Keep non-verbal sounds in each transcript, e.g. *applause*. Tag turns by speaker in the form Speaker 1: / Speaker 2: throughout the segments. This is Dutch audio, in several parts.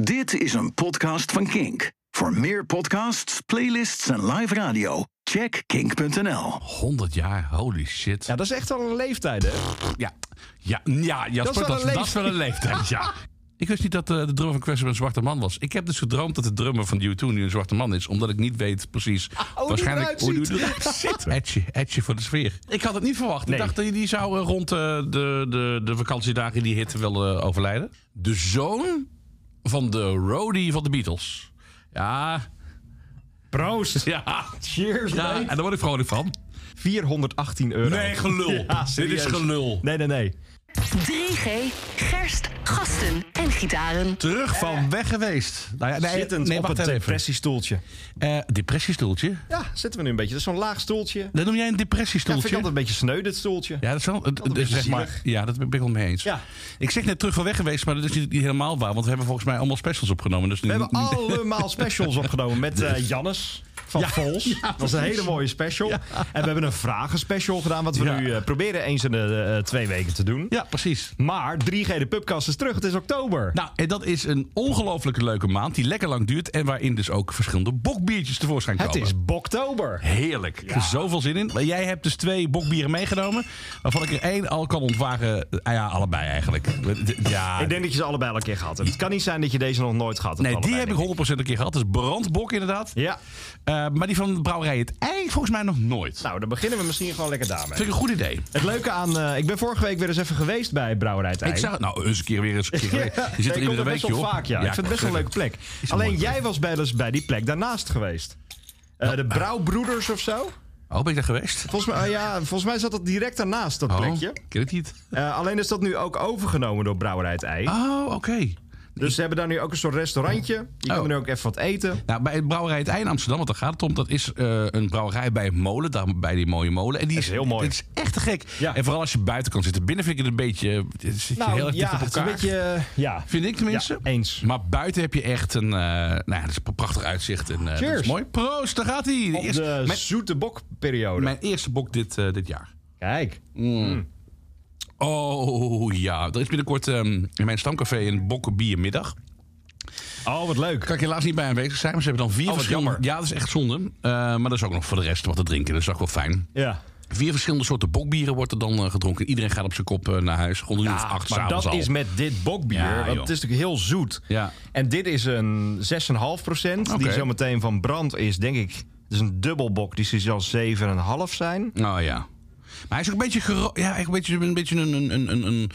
Speaker 1: Dit is een podcast van Kink. Voor meer podcasts, playlists en live radio, check kink.nl.
Speaker 2: 100 jaar, holy shit.
Speaker 3: Ja, dat is echt wel een leeftijd, hè?
Speaker 2: Ja, ja, ja Jasper,
Speaker 3: wel
Speaker 2: dat,
Speaker 3: een
Speaker 2: dat is wel een leeftijd,
Speaker 3: *laughs*
Speaker 2: ja. Ik wist niet dat eh, de drummer van Quest een zwarte man was. Ik heb dus gedroomd dat de drummer van U2 nu een zwarte man is. Omdat ik niet weet precies
Speaker 3: Ah, die
Speaker 2: waarschijnlijk
Speaker 3: eruit
Speaker 2: hoe die
Speaker 3: ziet. *laughs*
Speaker 2: eruit zit. Etje, etje voor de sfeer. Ik had het niet verwacht.
Speaker 3: Nee.
Speaker 2: Ik dacht dat die zou eh, rond eh, de, de, de vakantiedagen in die hitte wel eh, overlijden. De zoon van de roadie van de Beatles. Ja,
Speaker 3: Proost.
Speaker 2: ja,
Speaker 3: Cheers,
Speaker 2: ja. En
Speaker 3: mate.
Speaker 2: daar word ik vrolijk van.
Speaker 3: 418 euro.
Speaker 2: Nee,
Speaker 3: *laughs*
Speaker 2: gelul. Dit is
Speaker 3: serieus.
Speaker 2: gelul.
Speaker 3: Nee, nee, nee.
Speaker 4: 3G, gerst, gasten en gitaren.
Speaker 2: Terug van weg geweest. Nou ja, nee,
Speaker 3: Zittend
Speaker 2: nee,
Speaker 3: op
Speaker 2: wacht
Speaker 3: een
Speaker 2: even.
Speaker 3: depressiestoeltje.
Speaker 2: Eh, depressiestoeltje?
Speaker 3: Ja, zitten we nu een beetje. Dat is zo'n laag stoeltje. Ja,
Speaker 2: Dat noem jij een
Speaker 3: vind ik
Speaker 2: depressiestoeltje?
Speaker 3: altijd een beetje sneu, dit stoeltje.
Speaker 2: Ja, dat is wel. het- dus
Speaker 3: een beetje
Speaker 2: zeg maar,
Speaker 3: zielig.
Speaker 2: ja, dat ben ik wel mee eens.
Speaker 3: Ja.
Speaker 2: Ik zeg net terug van weg geweest, maar dat is niet niet helemaal waar. Want we hebben volgens mij allemaal specials opgenomen. Dus
Speaker 3: We hebben allemaal specials opgenomen met eh Jannes van Vols. dat was een hele mooie special. En we hebben een vragenspecial gedaan, wat we
Speaker 2: Ja.
Speaker 3: nu eh, proberen eens in de eh, twee weken te doen.
Speaker 2: Ja, precies.
Speaker 3: Maar 3G de Pubcast is terug, het is oktober.
Speaker 2: Nou, en dat is een ongelooflijk leuke maand die lekker lang duurt. En waarin dus ook verschillende bokbiertjes tevoorschijn
Speaker 3: het
Speaker 2: komen.
Speaker 3: is boktober.
Speaker 2: Heerlijk. Zoveel zin in. Maar Jij hebt dus twee bokbieren meegenomen. Waarvan ik er één al kan ontwagen. Ah ja, allebei eigenlijk. Ja,
Speaker 3: Ik denk dat je ze allebei al een keer gehad hebt. Het kan niet zijn dat je deze nog nooit gehad hebt.
Speaker 2: nee, die
Speaker 3: allebei,
Speaker 2: heb
Speaker 3: denk
Speaker 2: ik 100% een keer gehad. Dat is brandbok inderdaad.
Speaker 3: Ja,
Speaker 2: Eh, maar die van de brouwerij Het Ei volgens mij nog nooit.
Speaker 3: nou dan beginnen we misschien gewoon lekker daarmee.
Speaker 2: Vind ik een goed idee.
Speaker 3: Het leuke aan... eh, ik ben vorige week weer eens even geweest bij Brouwerij het Ei.
Speaker 2: Ik zag het nou eens een keer weer eens een keer. geweest.
Speaker 3: *laughs* Ja,
Speaker 2: Je
Speaker 3: ik
Speaker 2: zit
Speaker 3: kom
Speaker 2: er iedere
Speaker 3: er
Speaker 2: week
Speaker 3: best wel
Speaker 2: joh.
Speaker 3: vaak, ja. ik vind het best wel een leuke plek.
Speaker 2: is een
Speaker 3: Alleen
Speaker 2: mooie
Speaker 3: jij was bij, dus bij die plek daarnaast geweest. Eh, de Brouwbroeders of zo.
Speaker 2: Oh, ben ik daar geweest?
Speaker 3: Volgens mij, oh ja, volgens mij zat dat direct daarnaast, dat
Speaker 2: Oh,
Speaker 3: plekje.
Speaker 2: Ken ik niet.
Speaker 3: Eh, alleen is dat nu ook overgenomen door Brouwerij het Ei.
Speaker 2: Oh, oké.
Speaker 3: Dus ze hebben daar nu ook een soort restaurantje. Je
Speaker 2: Oh.
Speaker 3: kan er nu ook even wat eten.
Speaker 2: Nou, bij het Brouwerij Het Ei in Amsterdam, want daar gaat het om. Dat is eh, een brouwerij bij een molen, daar bij die mooie molen. En die
Speaker 3: is heel mooi.
Speaker 2: Het is echt te gek.
Speaker 3: Ja.
Speaker 2: En vooral als je buiten kan zitten. Binnen vind ik het een beetje... eh, Zit je heel erg
Speaker 3: Nou, ja,
Speaker 2: dicht op
Speaker 3: het is een
Speaker 2: elkaar.
Speaker 3: beetje... eh, Ja,
Speaker 2: Vind ik tenminste.
Speaker 3: Ja, eens.
Speaker 2: Maar buiten heb je echt een... eh, nou ja, dat is een prachtig uitzicht. En, eh, dat
Speaker 3: Cheers.
Speaker 2: is mooi. Proost, daar gaat hij.
Speaker 3: op de zoete bokperiode.
Speaker 2: Mijn eerste bok dit, eh, dit jaar.
Speaker 3: Kijk.
Speaker 2: Oh ja, er is binnenkort ehm, in mijn stamcafé een bokkenbiermiddag.
Speaker 3: Oh, wat leuk.
Speaker 2: Kan ik helaas niet bij aanwezig zijn, maar ze hebben dan vier
Speaker 3: wat
Speaker 2: verschillende...
Speaker 3: Oh, jammer.
Speaker 2: Ja, dat is echt zonde. Eh, maar dat is ook nog voor de rest wat te drinken, dat is ook wel fijn.
Speaker 3: Ja.
Speaker 2: Vier verschillende soorten bokbieren wordt er dan eh, gedronken. Iedereen gaat op zijn kop eh, naar huis, rond een uur of acht
Speaker 3: Ah, maar
Speaker 2: s'avonds
Speaker 3: dat
Speaker 2: al.
Speaker 3: is met dit bokbier.
Speaker 2: Ja,
Speaker 3: want
Speaker 2: joh.
Speaker 3: het is natuurlijk heel zoet.
Speaker 2: Ja.
Speaker 3: En dit is een 6,5 Die
Speaker 2: Oké.
Speaker 3: zometeen van brand is, denk ik. Het is een dubbelbok. Die zal 7,5 zijn.
Speaker 2: Oh ja. Maar hij is ook een beetje, gero- ja, eigenlijk een, beetje, een, beetje een, een, een, een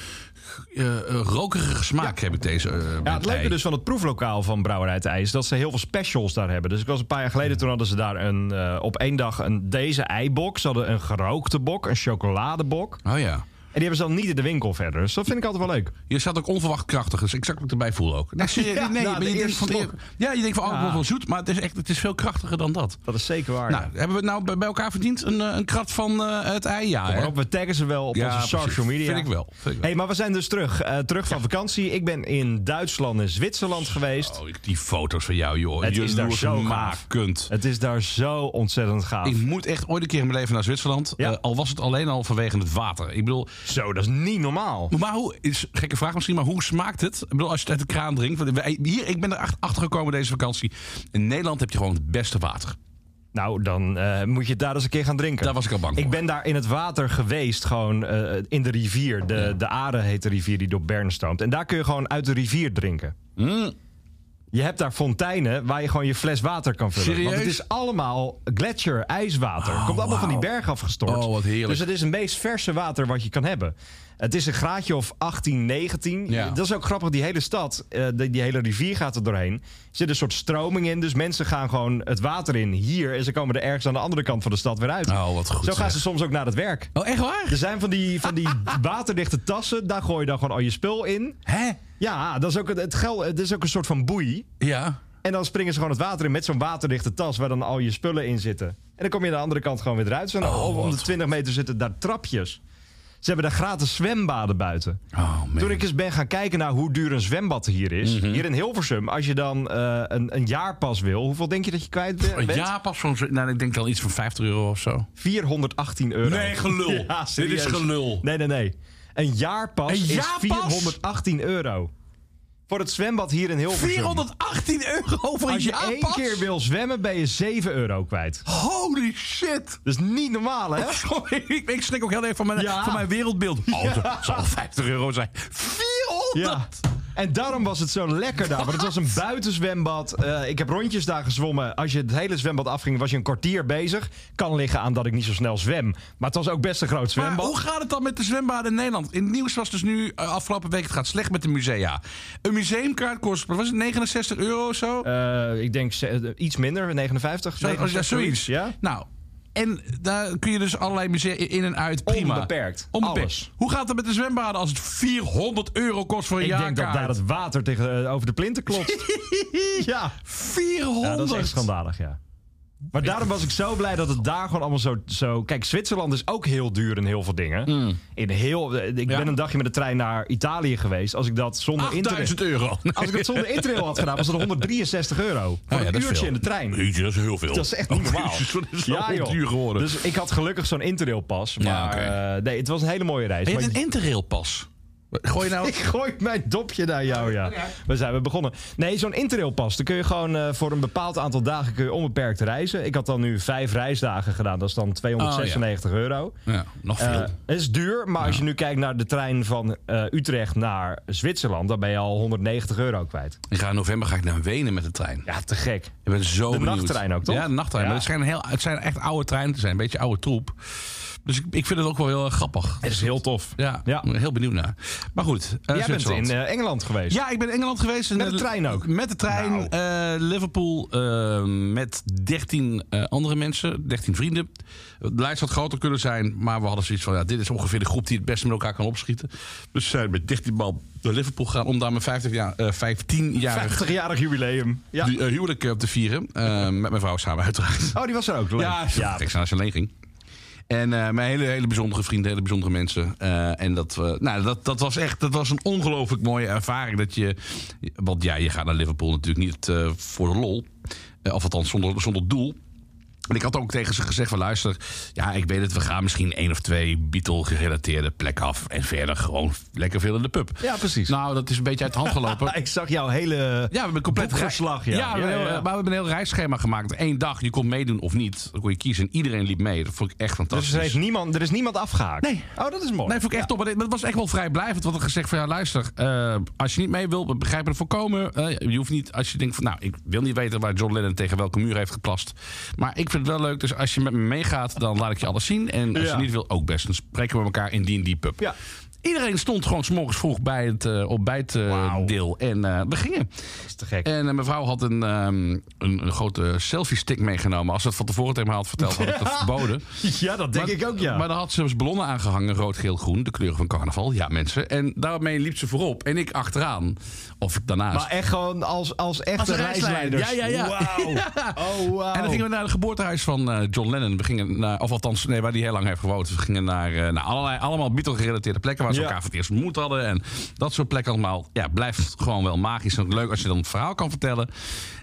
Speaker 2: eh, eh, rokerige smaak heb ik deze. eh,
Speaker 3: Ja,
Speaker 2: met
Speaker 3: het leuke
Speaker 2: ei.
Speaker 3: dus van het proeflokaal van Brouwerij het IJ is dat ze heel veel specials daar hebben. Dus ik was een paar jaar geleden, toen hadden ze daar een, eh, op één dag een, deze eibok. Ze hadden een gerookte bok, een chocoladebok. En
Speaker 2: Oh ja.
Speaker 3: die hebben ze dan niet in de winkel verder. Dus dat vind ik altijd wel leuk.
Speaker 2: Je staat ook onverwacht krachtig. Dus exact wat ik erbij voel ook. Nee, serieus,
Speaker 3: *laughs* Ja,
Speaker 2: nee,
Speaker 3: nou,
Speaker 2: maar
Speaker 3: de
Speaker 2: je denkt
Speaker 3: eerste
Speaker 2: van,
Speaker 3: slok.
Speaker 2: ja, je denkt van, oh, het wordt wel zoet. Maar het is, echt, het is veel krachtiger dan dat.
Speaker 3: Dat is zeker waar.
Speaker 2: Nou, hebben we het nou bij- bij elkaar verdiend? Een, eh, een krat van eh, het ei? Ja, hè?
Speaker 3: Waarop we taggen ze wel op
Speaker 2: Ja,
Speaker 3: onze
Speaker 2: precies.
Speaker 3: social media.
Speaker 2: Vind ik wel. Vind ik wel.
Speaker 3: Hey, maar we zijn dus terug. eh, terug van vakantie. Ik ben in Duitsland en Zwitserland geweest.
Speaker 2: Oh, ik- die foto's van jou, joh.
Speaker 3: Het
Speaker 2: je
Speaker 3: is daar zo gaaf.
Speaker 2: kunt.
Speaker 3: Het is daar zo ontzettend gaaf.
Speaker 2: Ik moet echt ooit een keer in mijn leven naar Zwitserland.
Speaker 3: Ja.
Speaker 2: Eh, al was het alleen al vanwege het water. Ik bedoel,
Speaker 3: Zo, dat is niet normaal.
Speaker 2: maar hoe, is een gekke vraag misschien, maar hoe smaakt het? Ik bedoel, als je het uit de kraan drinkt. want wij- Hier, ik ben er ach- achter gekomen deze vakantie. In Nederland heb je gewoon het beste water.
Speaker 3: Nou, dan eh, moet je het daar eens een keer gaan drinken.
Speaker 2: Daar was ik al bang
Speaker 3: Ik
Speaker 2: voor.
Speaker 3: ben daar in het water geweest, gewoon eh, in de rivier. De, de Are heet de rivier die door Bern stroomt. En daar kun je gewoon uit de rivier drinken.
Speaker 2: Mm.
Speaker 3: Je hebt daar fonteinen waar je gewoon je fles water kan vullen.
Speaker 2: Serieus?
Speaker 3: Want het is allemaal gletsjer, ijswater. Komt allemaal van die berg afgestort.
Speaker 2: Oh, wat heerlijk.
Speaker 3: Dus het is het meest verse water wat je kan hebben. Het is een graadje of 18, 19.
Speaker 2: Ja.
Speaker 3: Dat is ook grappig. Die hele stad, eh, die, die hele rivier gaat er doorheen. Er zit een soort stroming in. Dus mensen gaan gewoon het water in hier. En ze komen er ergens aan de andere kant van de stad weer uit.
Speaker 2: Oh, wat goed
Speaker 3: Zo gaan
Speaker 2: zeg.
Speaker 3: ze soms ook naar het werk.
Speaker 2: Oh, echt waar?
Speaker 3: Er zijn van die, van die
Speaker 2: *laughs*
Speaker 3: waterdichte tassen. Daar gooi je dan gewoon al je spul in.
Speaker 2: Hè?
Speaker 3: Ja, dat is ook, het, het, gel, het is ook een soort van boei.
Speaker 2: Ja.
Speaker 3: En dan springen ze gewoon het water in met zo'n waterdichte tas waar dan al je spullen in zitten. En dan kom je aan de andere kant gewoon weer eruit. Zo
Speaker 2: Oh,
Speaker 3: om de
Speaker 2: wat
Speaker 3: 20 meter zitten daar trapjes. Ze hebben daar gratis zwembaden buiten.
Speaker 2: Oh, man.
Speaker 3: Toen ik eens ben gaan kijken naar hoe duur een zwembad hier is.
Speaker 2: Mhm.
Speaker 3: Hier in Hilversum, als je dan eh, een, een jaarpas wil, hoeveel denk je dat je kwijt be- bent?
Speaker 2: Een jaarpas van, nou, ik denk dan iets van 50 euro of zo.
Speaker 3: 418 euro.
Speaker 2: Nee, gelul.
Speaker 3: *laughs* Ja,
Speaker 2: Dit
Speaker 3: serieus.
Speaker 2: is gelul.
Speaker 3: Nee, nee, nee. Een jaarpas
Speaker 2: Een
Speaker 3: is
Speaker 2: jaarpas?
Speaker 3: 418 euro. Voor het zwembad hier in Hilversum.
Speaker 2: 418 euro voor een
Speaker 3: Als je één
Speaker 2: jaarpas?
Speaker 3: keer wil zwemmen, ben je 7 euro kwijt.
Speaker 2: Holy shit.
Speaker 3: Dat is Dus niet normaal, hè?
Speaker 2: *laughs* Sorry, ik, ik schrik ook heel erg van mijn,
Speaker 3: Ja.
Speaker 2: van mijn wereldbeeld. Oh, dat zal 50 euro zijn. 400?
Speaker 3: Ja. En daarom was het zo lekker daar. Want het was een buitenzwembad. Eh, ik heb rondjes daar gezwommen. Als je het hele zwembad afging, was je een kwartier bezig. Kan liggen aan dat ik niet zo snel zwem. Maar het was ook best een groot
Speaker 2: Maar
Speaker 3: zwembad.
Speaker 2: hoe gaat het dan met de zwembaden in Nederland? In het nieuws was dus nu eh, afgelopen week, het gaat slecht met de musea. Een museumkaart kost, wat was het 69 euro of zo? oh,
Speaker 3: Eh, ik denk ze- iets minder, 59.
Speaker 2: Zo- als je daar
Speaker 3: 69,
Speaker 2: zoiets.
Speaker 3: Ja?
Speaker 2: Nou, en daar kun je dus allerlei musea in en uit. Prima.
Speaker 3: Onbeperkt. Alles.
Speaker 2: Hoe gaat het met de zwembaden als het 400 euro kost voor een
Speaker 3: Ik
Speaker 2: jaarkaart?
Speaker 3: denk dat daar het water tegen, eh, over de
Speaker 2: *laughs*
Speaker 3: plinten klotst. ja.
Speaker 2: 400.
Speaker 3: Ja, dat is echt schandalig, ja. Maar daarom was ik zo blij dat het daar gewoon allemaal zo... zo... Kijk, Zwitserland is ook heel duur in heel veel dingen.
Speaker 2: Mm.
Speaker 3: In heel... eh, Ik
Speaker 2: Ja.
Speaker 3: ben een dagje met de trein naar Italië geweest. Als ik dat zonder internet...
Speaker 2: 8000
Speaker 3: *laughs*
Speaker 2: euro.
Speaker 3: Als ik dat zonder internet had gedaan, was dat 163 euro. Voor
Speaker 2: Oh, ja,
Speaker 3: een
Speaker 2: dat is
Speaker 3: uurtje
Speaker 2: veel.
Speaker 3: in de trein.
Speaker 2: Jeetje, dat is heel veel.
Speaker 3: Dat is echt niet normaal.
Speaker 2: *laughs* dat is wel
Speaker 3: joh.
Speaker 2: duur geworden.
Speaker 3: Dus ik had gelukkig zo'n interrailpas. Maar
Speaker 2: Ja, oké.
Speaker 3: eh, nee, het was een hele mooie reis.
Speaker 2: je hebt
Speaker 3: Maar
Speaker 2: een interrailpas. Gooi je nou...
Speaker 3: *laughs* ik gooi mijn dopje naar jou, ja. We zijn weer begonnen. Nee, zo'n interrailpas. Dan kun je gewoon eh, voor een bepaald aantal dagen kun je onbeperkt reizen. Ik had dan nu vijf reisdagen gedaan. Dat is dan 296 euro.
Speaker 2: Oh, Ja, nog veel.
Speaker 3: Eh, het is duur, maar als je nu kijkt naar de trein van eh, Utrecht naar Zwitserland... dan ben je al 190 euro kwijt.
Speaker 2: ik ga in november ga ik naar Wenen met de trein.
Speaker 3: Ja, te gek.
Speaker 2: Ik ben zo benieuwd.
Speaker 3: nachttrein ook, toch?
Speaker 2: Ja, de nachttrein.
Speaker 3: Ja.
Speaker 2: Maar het zijn, heel, het zijn echt oude treinen te zijn. Een beetje oude troep. Dus ik, ik vind het ook wel heel erg grappig.
Speaker 3: Het is heel tof.
Speaker 2: Ja,
Speaker 3: Ja.
Speaker 2: ik ben heel benieuwd naar. Maar goed. eh,
Speaker 3: Jij bent in
Speaker 2: Zwitserland.
Speaker 3: eh, Engeland geweest.
Speaker 2: Ja, ik ben in Engeland geweest. Eh,
Speaker 3: Met de trein ook?
Speaker 2: Met de trein.
Speaker 3: Nou.
Speaker 2: eh, Liverpool eh, met 13 eh, andere mensen, 13 vrienden. De lijst had groter kunnen zijn, maar we hadden zoiets van... Ja, dit is ongeveer de groep die het beste met elkaar kan opschieten. Dus we zijn met 13 man naar Liverpool gegaan... om daar mijn 50 jaar, eh 15-jarig
Speaker 3: 50-jarig jubileum. Ja.
Speaker 2: du- eh, huwelijk eh, te vieren. Eh, met mijn vrouw samen uiteraard.
Speaker 3: Oh, die was er ook. Leuk.
Speaker 2: Ja,
Speaker 3: ja.
Speaker 2: kijk, als je alleen ging. En eh, mijn hele, hele bijzondere vrienden, hele bijzondere mensen. Eh, en dat, eh, nou, dat, dat was echt dat was een ongelooflijk mooie ervaring. Dat je, want ja, je gaat naar Liverpool natuurlijk niet eh, voor de lol. Eh, of althans zonder, zonder doel. En ik had ook tegen ze gezegd van luister, ja, ik weet het, we gaan misschien één of twee Beatle-gerelateerde plek af. En verder gewoon lekker veel in de pub.
Speaker 3: Ja, precies.
Speaker 2: Nou, dat is een beetje uit de hand
Speaker 3: *laughs*
Speaker 2: gelopen.
Speaker 3: Ah, ik zag jouw hele...
Speaker 2: Ja, we hebben compleet
Speaker 3: Boekverslag, ja.
Speaker 2: ja. we hebben
Speaker 3: Ja,
Speaker 2: een
Speaker 3: ja,
Speaker 2: heel-
Speaker 3: ja.
Speaker 2: Maar we hebben een heel reisschema gemaakt. Eén dag, je kon meedoen of niet. Dan kon je kiezen. En iedereen liep mee. Dat vond ik echt
Speaker 3: Dus
Speaker 2: fantastisch.
Speaker 3: er, heeft niemand, er is niemand afgehaakt?
Speaker 2: Nee.
Speaker 3: Oh, dat is mooi.
Speaker 2: Nee, vond ik echt top. Maar dit- maar het was echt wel vrijblijvend. Want ik gezegd van ja, luister, eh, als je niet mee wil, we begrijpen het voorkomen. Eh, je hoeft niet, als je denkt van nou, ik wil niet weten waar John Lennon tegen welke muur heeft geplast. Maar ik vind het wel leuk. Dus als je met me meegaat, dan laat ik je alles zien. En als
Speaker 3: Ja.
Speaker 2: je niet wil, ook best. Dan spreken we elkaar in die en die pub.
Speaker 3: Ja.
Speaker 2: Iedereen stond gewoon s'morgens vroeg bij het eh
Speaker 3: Wauw.
Speaker 2: ontbijtdeel. En eh, we gingen.
Speaker 3: Dat is te gek.
Speaker 2: En eh, mijn vrouw had een, ehm, een, een grote selfie-stick meegenomen. Als ze het van tevoren tegen me had verteld, had ik
Speaker 3: *laughs*
Speaker 2: dat verboden.
Speaker 3: ja, dat Eh, denk
Speaker 2: Maar-
Speaker 3: ik ook, ja.
Speaker 2: Maar daar had ze dus ballonnen aangehangen, rood, geel, groen. De kleuren van carnaval, ja mensen. En daarmee liep ze voorop en ik achteraan. Of daarnaast.
Speaker 3: Maar echt gewoon als, als echte
Speaker 2: Als een
Speaker 3: reisleiders.
Speaker 2: reisleider. Ja, *laughs* ja, ja.
Speaker 3: Wauw. Oh, wauw.
Speaker 2: En dan gingen we naar het geboortehuis van eh, John Lennon. We gingen naar, of althans, nee, waar hij heel lang heeft gewoond. We gingen naar, eh, naar allerlei, allemaal Beatle-gerelateerde plekken... waar ze
Speaker 3: Ja.
Speaker 2: elkaar voor het eerst ontmoet hadden. En dat soort plekken allemaal. Ja, blijft gewoon wel magisch. En leuk als je dan het verhaal kan vertellen.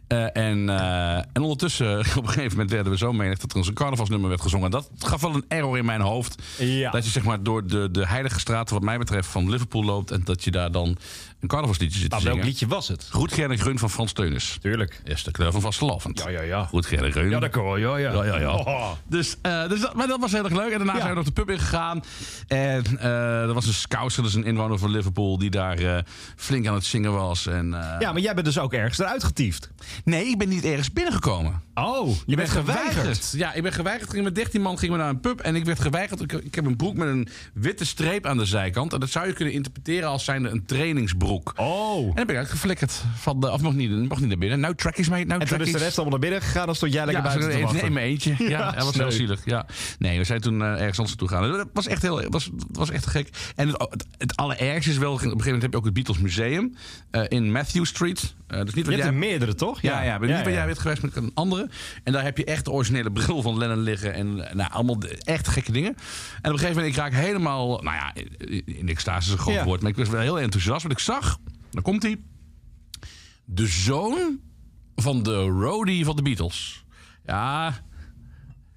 Speaker 2: Eh, en, eh, en ondertussen, *laughs* op een gegeven moment werden we zo menig... dat er eens een carnavalsnummer werd gezongen. En dat gaf wel een error in mijn hoofd.
Speaker 3: Ja.
Speaker 2: Dat je zeg maar door de, de heilige straten, wat mij betreft, van Liverpool loopt... en dat je daar dan een carnavalsliedje zit te
Speaker 3: Ah, welk
Speaker 2: zingen.
Speaker 3: liedje was het?
Speaker 2: Goed Gerne Grun van Frans Teunus.
Speaker 3: Tuurlijk.
Speaker 2: Is de kleur van vastelovend.
Speaker 3: Ja, ja, ja.
Speaker 2: Goed Gerne Grun.
Speaker 3: Ja, dat kan wel. Ja, ja.
Speaker 2: Ja, ja, ja.
Speaker 3: Oh.
Speaker 2: Dus, eh, dus dat, maar dat was heel erg leuk. En daarna
Speaker 3: Ja.
Speaker 2: zijn we nog de pub ingegaan. En eh, er was een scouser, dat is een inwoner van Liverpool... die daar eh, flink aan het zingen was. En, eh,
Speaker 3: Ja, maar jij bent dus ook ergens eruit getiefd.
Speaker 2: Nee, ik ben niet ergens binnengekomen.
Speaker 3: Oh, je, bent geweigerd.
Speaker 2: Ja, ik ben geweigerd. Gingen met 13 man gingen we naar een pub en ik werd geweigerd. Ik, ik heb een broek met een witte streep aan de zijkant. En dat zou je kunnen interpreteren als zijnde een trainingsbroek.
Speaker 3: Oh.
Speaker 2: En dan ben ik uitgeflikkerd. Van de, of mag niet, mag niet naar binnen. Nou, trackies, mate. Nou,
Speaker 3: En toen is
Speaker 2: trackies.
Speaker 3: de rest allemaal naar binnen gegaan. Dan stond jij lekker
Speaker 2: Ja,
Speaker 3: buiten te
Speaker 2: ze-
Speaker 3: wachten.
Speaker 2: nee, in mijn eentje. Ja,
Speaker 3: Ja,
Speaker 2: dat was
Speaker 3: sneu.
Speaker 2: heel zielig. Ja. Nee, we zijn toen eh, ergens anders naartoe gegaan. Dat was echt heel, dat was, dat was echt gek. En het, het, het allerergste is wel, op een gegeven moment heb je ook het Beatles Museum eh, in Matthew Street. Eh dus niet
Speaker 3: Je
Speaker 2: wat
Speaker 3: hebt
Speaker 2: jij,
Speaker 3: er meerdere, toch?
Speaker 2: ja, ja, ben niet waar
Speaker 3: ja.
Speaker 2: jij bent geweest met een andere. En daar heb je echt de originele bril van Lennon liggen. En eh, nou, allemaal de- echt gekke dingen. En op een gegeven moment, ik raak helemaal... Nou ja, in- in extase is een groot
Speaker 3: Ja.
Speaker 2: woord. Maar ik was wel heel enthousiast. Want ik zag, daar komt hij. De zoon van de roadie van de Beatles. Ja,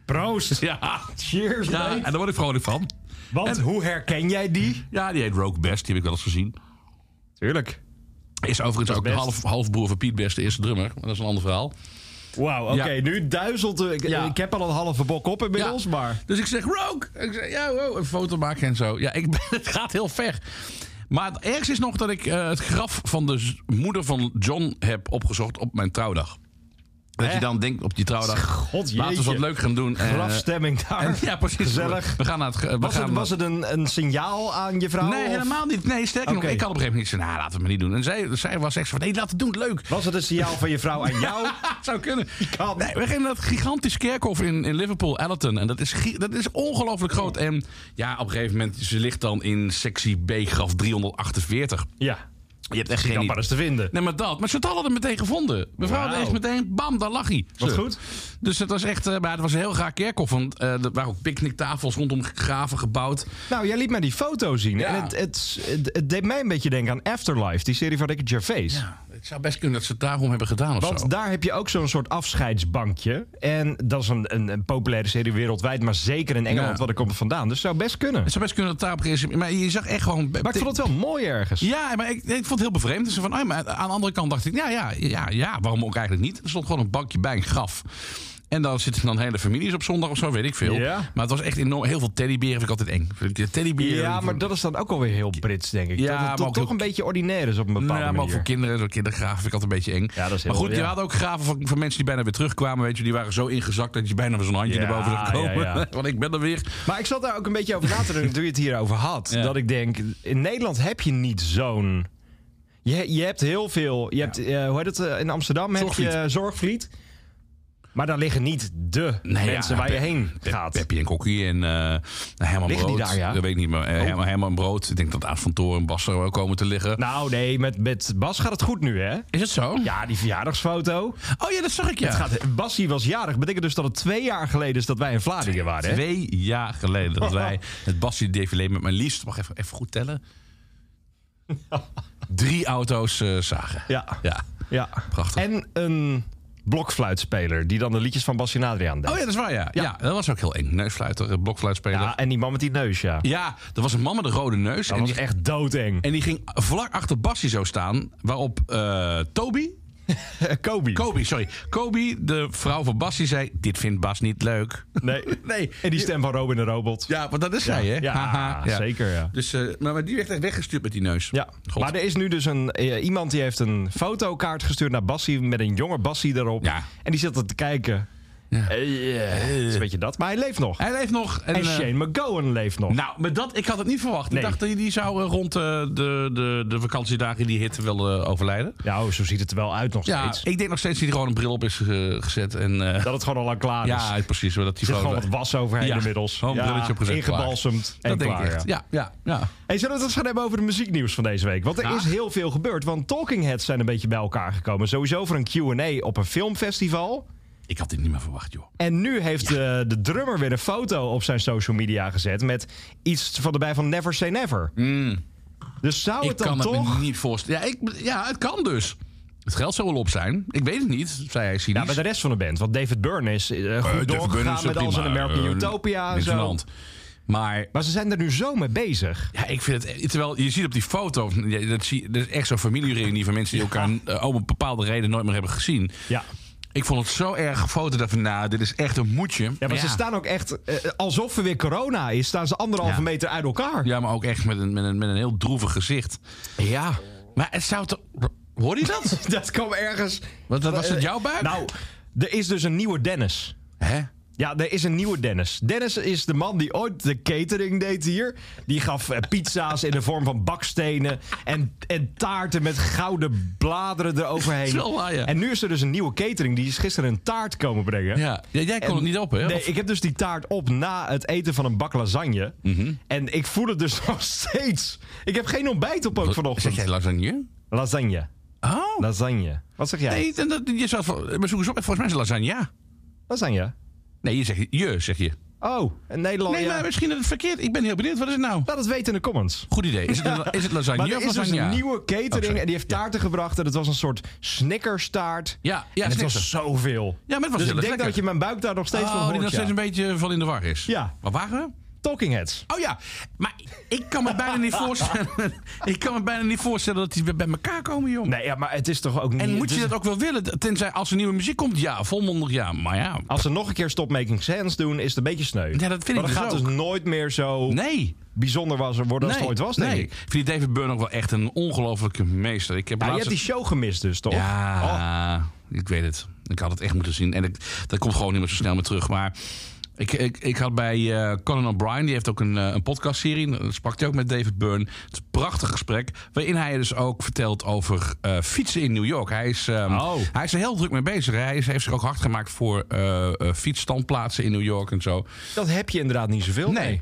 Speaker 3: Proost. *laughs*
Speaker 2: ja.
Speaker 3: Cheers,
Speaker 2: ja. En
Speaker 3: mate.
Speaker 2: daar word ik vrolijk van.
Speaker 3: Want hoe herken jij die?
Speaker 2: Ja, die heet Rogue Best. Die heb ik wel eens gezien.
Speaker 3: Tuurlijk.
Speaker 2: Is overigens ook de
Speaker 3: best.
Speaker 2: half, halfbroer van Piet Best, de eerste drummer. Maar dat is een ander verhaal.
Speaker 3: Wauw, oké.
Speaker 2: Ja.
Speaker 3: Nu duizelt... Ik,
Speaker 2: Ja.
Speaker 3: ik heb al een halve bok op inmiddels,
Speaker 2: Ja.
Speaker 3: maar...
Speaker 2: Dus ik zeg, rook! Ik zeg, ja, wow, een foto maken en zo. Ja, ik ben, *laughs* het gaat heel ver. Maar het ergste is nog dat ik eh, het graf van de z- moeder van John heb opgezocht op mijn trouwdag. Dat
Speaker 3: Hè?
Speaker 2: je dan denkt op die trouwdag,
Speaker 3: *laughs* God
Speaker 2: laten we eens wat
Speaker 3: jeetje.
Speaker 2: leuk gaan doen. Eh,
Speaker 3: Grafstemming daar.
Speaker 2: en- *laughs* ja, precies.
Speaker 3: Gezellig.
Speaker 2: We gaan naar het... ge- we
Speaker 3: Was
Speaker 2: gaan
Speaker 3: het, was het een, een signaal aan je vrouw?
Speaker 2: Nee,
Speaker 3: of
Speaker 2: helemaal niet. Nee, sterker
Speaker 3: Oké.
Speaker 2: nog, ik had op een gegeven moment gezegd, nou, laten we het maar niet doen. En zij, zij was echt zo van, nee, laten we het doen, leuk.
Speaker 3: Was het een signaal van je vrouw aan
Speaker 2: *laughs*
Speaker 3: jou?
Speaker 2: Het zou kunnen.
Speaker 3: kan.
Speaker 2: Nee, we gingen naar het gigantisch kerkhof in, in Liverpool, Allerton. En dat is, gi- dat is ongelooflijk groot.
Speaker 3: Oh.
Speaker 2: En ja, op een gegeven moment, ze ligt dan in sectie B-graf 348.
Speaker 3: Ja.
Speaker 2: Je hebt echt geen
Speaker 3: Dan maar
Speaker 2: idee.
Speaker 3: eens te vinden.
Speaker 2: Nee, maar dat. Maar ze hadden hem meteen gevonden. Mevrouw had
Speaker 3: Wauw.
Speaker 2: echt meteen, bam, daar lag hij.
Speaker 3: Wat
Speaker 2: Zo.
Speaker 3: goed.
Speaker 2: Dus het was echt, eh, maar het was een heel raar kerkhof. Want eh, er waren ook picknicktafels rondom graven gebouwd.
Speaker 3: Nou, jij liet mij die foto zien.
Speaker 2: Ja.
Speaker 3: En het, het, het, het deed mij een beetje denken aan Afterlife, die serie van Ricky Gervais.
Speaker 2: Ja, het zou best kunnen dat ze het daarom hebben gedaan of
Speaker 3: Want
Speaker 2: zo.
Speaker 3: daar heb je ook zo'n soort afscheidsbankje. En dat is een, een, een populaire serie wereldwijd, maar zeker in Engeland,
Speaker 2: Ja.
Speaker 3: wat er komt vandaan. Dus zou best kunnen.
Speaker 2: Het zou best kunnen dat daarop gereageerd is. Maar je zag echt gewoon...
Speaker 3: Maar ik vond het wel mooi ergens.
Speaker 2: Ja, maar ik, ik vond het heel bevreemd. Dus van, ah, maar aan de andere kant dacht ik, ja, ja, ja, ja, waarom ook eigenlijk niet? Er stond gewoon een bankje bij een graf. En dan zitten dan hele families op zondag of zo, weet ik veel.
Speaker 3: Ja.
Speaker 2: Maar het was echt enorm. Heel veel teddyberen vind ik altijd eng. Vind ik Teddyberen.
Speaker 3: Ja, maar dat is dan ook alweer heel Brits, denk ik.
Speaker 2: Ja,
Speaker 3: dat
Speaker 2: maar
Speaker 3: het toch,
Speaker 2: ook
Speaker 3: toch
Speaker 2: heel-
Speaker 3: een beetje ordinair is op een bepaalde
Speaker 2: nou, ja, maar ook
Speaker 3: manier.
Speaker 2: voor kinderen, zo'n kindergraven vind ik altijd een beetje eng.
Speaker 3: Ja, dat is heel-
Speaker 2: maar goed, je
Speaker 3: ja.
Speaker 2: had ook graven van, van mensen die bijna weer terugkwamen. Weet je, die waren zo ingezakt dat je bijna weer zo'n handje
Speaker 3: Ja,
Speaker 2: naar boven zag komen.
Speaker 3: ja, ja.
Speaker 2: *laughs* Want ik ben er weer.
Speaker 3: Maar ik zat daar ook een beetje over na te denken toen je het hierover had.
Speaker 2: Ja.
Speaker 3: Dat ik denk, in Nederland heb je niet zo'n... Je, je hebt heel veel... Je hebt, eh, hoe heet het, eh, in Amsterdam heb je
Speaker 2: Zorgvliet.
Speaker 3: zorgvliet. Maar daar liggen niet de
Speaker 2: Nee,
Speaker 3: mensen
Speaker 2: ja,
Speaker 3: waar je
Speaker 2: Pe-
Speaker 3: heen
Speaker 2: Pe-
Speaker 3: gaat.
Speaker 2: Peppy en Kokkie en eh Herman
Speaker 3: Liggen die
Speaker 2: Brood.
Speaker 3: daar, ja?
Speaker 2: Dat weet ik niet, maar eh, Herman, Herman Brood. Ik denk dat Aad van Toren en Bas er wel komen te liggen.
Speaker 3: Nou nee, met, met Bas gaat het goed nu hè?
Speaker 2: Is het zo?
Speaker 3: Ja, die verjaardagsfoto.
Speaker 2: Oh ja, dat zag ik ja.
Speaker 3: Het gaat, Bassie was jarig. Betekent dus dat het twee jaar geleden is dat wij in Vlaardingen waren hè?
Speaker 2: Twee jaar geleden
Speaker 3: *laughs*
Speaker 2: dat wij het Bassie defilé met mijn liefst, mag ik even, even goed tellen, drie auto's eh, zagen.
Speaker 3: Ja.
Speaker 2: Ja,
Speaker 3: ja.
Speaker 2: prachtig.
Speaker 3: En een blokfluitspeler die dan de liedjes van Bassie en Adriaan deed.
Speaker 2: Oh ja, dat is waar ja.
Speaker 3: Ja.
Speaker 2: ja. dat was ook heel eng. Neusfluiter, eh, blokfluitspeler.
Speaker 3: Ja,
Speaker 2: Ja.
Speaker 3: en die man met die neus ja.
Speaker 2: er was een man met een rode neus.
Speaker 3: Dat
Speaker 2: en,
Speaker 3: was
Speaker 2: die,
Speaker 3: echt *laughs* doodeng.
Speaker 2: en die ging vlak achter Bassie zo staan, waarop eh, Toby...
Speaker 3: En Eh, Kobe.
Speaker 2: Kobe, sorry. Kobe, de vrouw van Bassie, zei... Dit vindt Bas niet leuk.
Speaker 3: Nee.
Speaker 2: Nee.
Speaker 3: En die stem van Robin de Robot.
Speaker 2: Ja, want dat is hij, hè?
Speaker 3: ja,
Speaker 2: Haha,
Speaker 3: zeker, ja.
Speaker 2: Dus, eh, maar, maar die werd echt weggestuurd met die neus.
Speaker 3: Ja,
Speaker 2: God.
Speaker 3: maar er is nu dus een, eh, iemand die heeft een fotokaart gestuurd naar Bassie met een jonge Bassie erop.
Speaker 2: Ja.
Speaker 3: En die zit er te kijken. Ja. is een beetje dat. Maar hij leeft nog.
Speaker 2: Hij leeft nog.
Speaker 3: En
Speaker 2: eh,
Speaker 3: Shane McGowan leeft nog.
Speaker 2: nou, maar dat, ik had het niet verwacht.
Speaker 3: Nee.
Speaker 2: Ik dacht dat je die zou eh, rond eh, de, de, de vakantiedagen in die hitte wel eh, overlijden.
Speaker 3: Nou, zo ziet het er wel uit nog
Speaker 2: Ja,
Speaker 3: steeds.
Speaker 2: ik denk nog steeds dat hij gewoon een bril op is eh, gezet. En, eh,
Speaker 3: Dat het gewoon al lang klaar is.
Speaker 2: *laughs* ja, dus- precies. hoor, Dat hij
Speaker 3: er zit gewoon wat
Speaker 2: eh,
Speaker 3: was overheen
Speaker 2: ja,
Speaker 3: inmiddels.
Speaker 2: gewoon een brilletje opgezet,
Speaker 3: Ingebalsemd en
Speaker 2: dat denk
Speaker 3: klaar.
Speaker 2: ik echt.
Speaker 3: ja.
Speaker 2: Ja, ja, ja.
Speaker 3: Hey, zullen we het eens gaan hebben over de muzieknieuws van deze week? Want er
Speaker 2: Ja.
Speaker 3: is heel veel gebeurd. Want Talking Heads zijn een beetje bij elkaar gekomen. Sowieso voor een Q&A op een filmfestival.
Speaker 2: Ik had dit niet meer verwacht, joh.
Speaker 3: En nu heeft eh, de drummer weer een foto op zijn social media gezet met iets van erbij van Never Say Never. Dus zou
Speaker 2: Hmm. ik
Speaker 3: het dan
Speaker 2: kan
Speaker 3: toch?
Speaker 2: het me niet voorstellen. Ja, ik, ja, het kan dus. Het geld zou wel op zijn. Ik weet het niet, zei hij cynisch.
Speaker 3: Ja, bij de rest van de band. Want David Byrne is eh, goed
Speaker 2: Eh, Jeff Bun
Speaker 3: doorgegaan
Speaker 2: is
Speaker 3: met
Speaker 2: prima.
Speaker 3: al zijn American
Speaker 2: Eh,
Speaker 3: Utopia en
Speaker 2: niks aan de
Speaker 3: zo.
Speaker 2: hand. Maar
Speaker 3: Maar ze zijn er nu zo mee bezig.
Speaker 2: Ja, ik vind het. Terwijl je ziet op die foto. ja, Dat, zie, dat is echt zo'n familiereunie van mensen die elkaar eh, om een bepaalde reden nooit meer hebben gezien.
Speaker 3: Ja.
Speaker 2: Ik vond het zo erg gefoto daarvan. Nou, dit is echt een moedje.
Speaker 3: Ja, maar ze staan ook echt, eh, alsof er weer corona is, staan ze anderhalve
Speaker 2: Ja.
Speaker 3: meter uit elkaar.
Speaker 2: Ja, maar ook echt met een, met een, met een heel droevig gezicht.
Speaker 3: Ja.
Speaker 2: Maar het zou toch. Hoor je dat?
Speaker 3: *laughs* Dat kwam ergens.
Speaker 2: Wat, wat was het jouw buik?
Speaker 3: Nou, er is dus een nieuwe Dennis.
Speaker 2: Hè?
Speaker 3: Ja, er is een nieuwe Dennis. Dennis is de man die ooit de catering deed hier. Die gaf eh, pizza's in de vorm van bakstenen en, en taarten met gouden bladeren eroverheen.
Speaker 2: Is wel waar, ja.
Speaker 3: En nu is er dus een nieuwe catering. Die is gisteren een taart komen brengen.
Speaker 2: Ja. Ja, jij kon
Speaker 3: En-
Speaker 2: het niet op, hè?
Speaker 3: Nee,
Speaker 2: Of-
Speaker 3: ik heb dus die taart op na het eten van een bak lasagne.
Speaker 2: Mhm.
Speaker 3: En ik voel het dus *laughs* nog steeds. Ik heb geen ontbijt op ook
Speaker 2: Zeg
Speaker 3: vanochtend. Nou.
Speaker 2: jij lasagne?
Speaker 3: Lasagne.
Speaker 2: Oh.
Speaker 3: Lasagne. Wat zeg jij?
Speaker 2: Nee, dan- dat, je zou, maar zoek eens op. Volgens mij is het lasagne. ja.
Speaker 3: Lasagne.
Speaker 2: Nee, je zegt je, zeg je.
Speaker 3: Oh, in Nederland.
Speaker 2: Nee,
Speaker 3: ja.
Speaker 2: maar misschien is het verkeerd. Ik ben heel benieuwd. Wat is het nou?
Speaker 3: Laat het weten in de comments.
Speaker 2: Goed idee. Is het, een- is het lasagne
Speaker 3: Maar er
Speaker 2: of
Speaker 3: is dus
Speaker 2: lasagne?
Speaker 3: een nieuwe
Speaker 2: Oh,
Speaker 3: catering
Speaker 2: sorry.
Speaker 3: en die heeft taarten gebracht. En het was een soort snickerstaart.
Speaker 2: Ja, ja,
Speaker 3: en het
Speaker 2: Snickers.
Speaker 3: was zoveel.
Speaker 2: Ja, maar het was heel
Speaker 3: dus ik denk
Speaker 2: lekker.
Speaker 3: dat je mijn buik daar nog steeds van
Speaker 2: Oh, die
Speaker 3: hoort.
Speaker 2: nog
Speaker 3: ja.
Speaker 2: steeds een beetje van in de war is.
Speaker 3: Ja.
Speaker 2: Waar waren we?
Speaker 3: Talking Heads.
Speaker 2: Oh ja, maar ik kan me bijna
Speaker 3: *laughs*
Speaker 2: niet voorstellen. ik kan me bijna niet voorstellen dat die weer bij elkaar komen, joh.
Speaker 3: Nee, dus- ja, maar het is toch ook niet...
Speaker 2: En moet
Speaker 3: het
Speaker 2: je
Speaker 3: is-
Speaker 2: dat ook wel willen? Tenzij als er nieuwe muziek komt, ja, volmondig ja. Maar ja,
Speaker 3: Als ze nog een keer Stop Making Sense doen, is het een beetje sneu.
Speaker 2: dat vind ik
Speaker 3: maar
Speaker 2: dus
Speaker 3: gaat
Speaker 2: ook.
Speaker 3: dus nooit meer zo
Speaker 2: nee.
Speaker 3: bijzonder was worden als
Speaker 2: nee,
Speaker 3: het ooit was, denk
Speaker 2: nee.
Speaker 3: ik.
Speaker 2: Ik vind die David Byrne ook wel echt een ongelofelijke meester. Ik heb
Speaker 3: Ja, je
Speaker 2: laatst-
Speaker 3: hebt die show gemist dus, toch? Oh.
Speaker 2: Ja, ik weet het. Ik had het echt moeten zien. En ik, dat komt gewoon niet meer zo snel meer terug. Maar ik, ik, ik had bij eh, Conan O'Brien, die heeft ook een, eh, een podcastserie. Dat sprak hij ook met David Byrne. Het is een prachtig gesprek. Waarin hij dus ook vertelt over eh, fietsen in New York. Hij is, ehm,
Speaker 3: Oh.
Speaker 2: hij is er heel druk mee bezig. Hij is, heeft zich ook hard gemaakt voor eh eh, fietsstandplaatsen in New York en zo.
Speaker 3: Dat heb je inderdaad niet zoveel.
Speaker 2: Nee.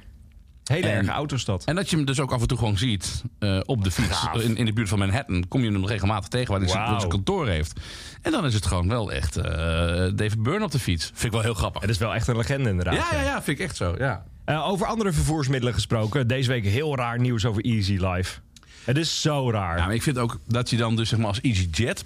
Speaker 3: Hele
Speaker 2: En-
Speaker 3: erge autostad.
Speaker 2: En dat je hem dus ook af en toe gewoon ziet eh, op de fiets.
Speaker 3: Gaaf.
Speaker 2: In, in de buurt van Manhattan kom je hem regelmatig tegen waar hij zijn-
Speaker 3: Wauw.
Speaker 2: zijn kantoor heeft. En dan is het gewoon wel echt eh, David Byrne op de fiets. Vind ik wel heel grappig.
Speaker 3: Het is wel echt een legende inderdaad.
Speaker 2: Ja, ja, ja, vind ik echt zo. Ja.
Speaker 3: Eh, over andere vervoersmiddelen gesproken. Deze week heel raar nieuws over Easy Life. Het is zo raar.
Speaker 2: Ja, maar ik vind ook dat je dan dus zeg maar als EasyJet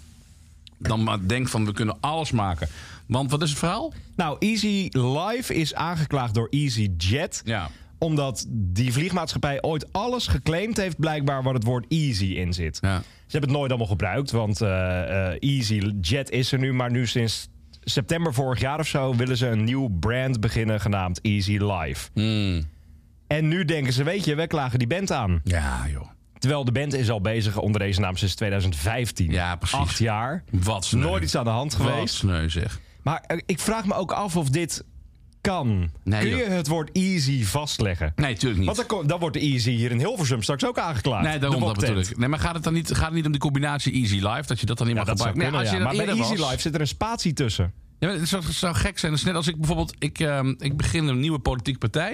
Speaker 2: dan maar denkt van we kunnen alles maken. Want wat is het verhaal?
Speaker 3: Nou, Easy Life is aangeklaagd door EasyJet.
Speaker 2: Ja.
Speaker 3: Omdat die vliegmaatschappij ooit alles geclaimd heeft, blijkbaar waar het woord easy in zit.
Speaker 2: Ja.
Speaker 3: Ze hebben het nooit allemaal gebruikt, want eh, eh, EasyJet is er nu, maar nu sinds september vorig jaar of zo willen ze een nieuw brand beginnen genaamd Easy Life.
Speaker 2: Hmm.
Speaker 3: En nu denken ze, weet je, wij klagen die band aan.
Speaker 2: Ja, joh.
Speaker 3: Terwijl de band is al bezig onder deze naam sinds 2015.
Speaker 2: Ja, precies.
Speaker 3: Acht jaar.
Speaker 2: Wat sneu.
Speaker 3: Nooit iets aan de hand
Speaker 2: Wat
Speaker 3: geweest.
Speaker 2: sneu zeg.
Speaker 3: Maar eh, ik vraag me ook af of dit kan.
Speaker 2: Nee,
Speaker 3: Kun
Speaker 2: joh.
Speaker 3: je het woord easy vastleggen?
Speaker 2: Nee, natuurlijk
Speaker 3: Want
Speaker 2: niet.
Speaker 3: dan, ko- dan wordt de easy hier in Hilversum straks ook aangeklaagd.
Speaker 2: Nee, daarom
Speaker 3: De
Speaker 2: dat
Speaker 3: woktent.
Speaker 2: bedoel ik. Nee, maar gaat het dan niet, gaat het niet om die combinatie Easy Life? Dat je dat dan niet
Speaker 3: Ja,
Speaker 2: mag
Speaker 3: dat zou
Speaker 2: gebruiken?
Speaker 3: kunnen,
Speaker 2: Nee, als je
Speaker 3: ja.
Speaker 2: dat
Speaker 3: Maar bij
Speaker 2: eerder
Speaker 3: Easy
Speaker 2: was-
Speaker 3: Life zit er een spatie tussen.
Speaker 2: Ja, maar het zou, het zou gek zijn. Dat is net als ik bijvoorbeeld... Ik, ehm, ik begin een nieuwe politieke partij.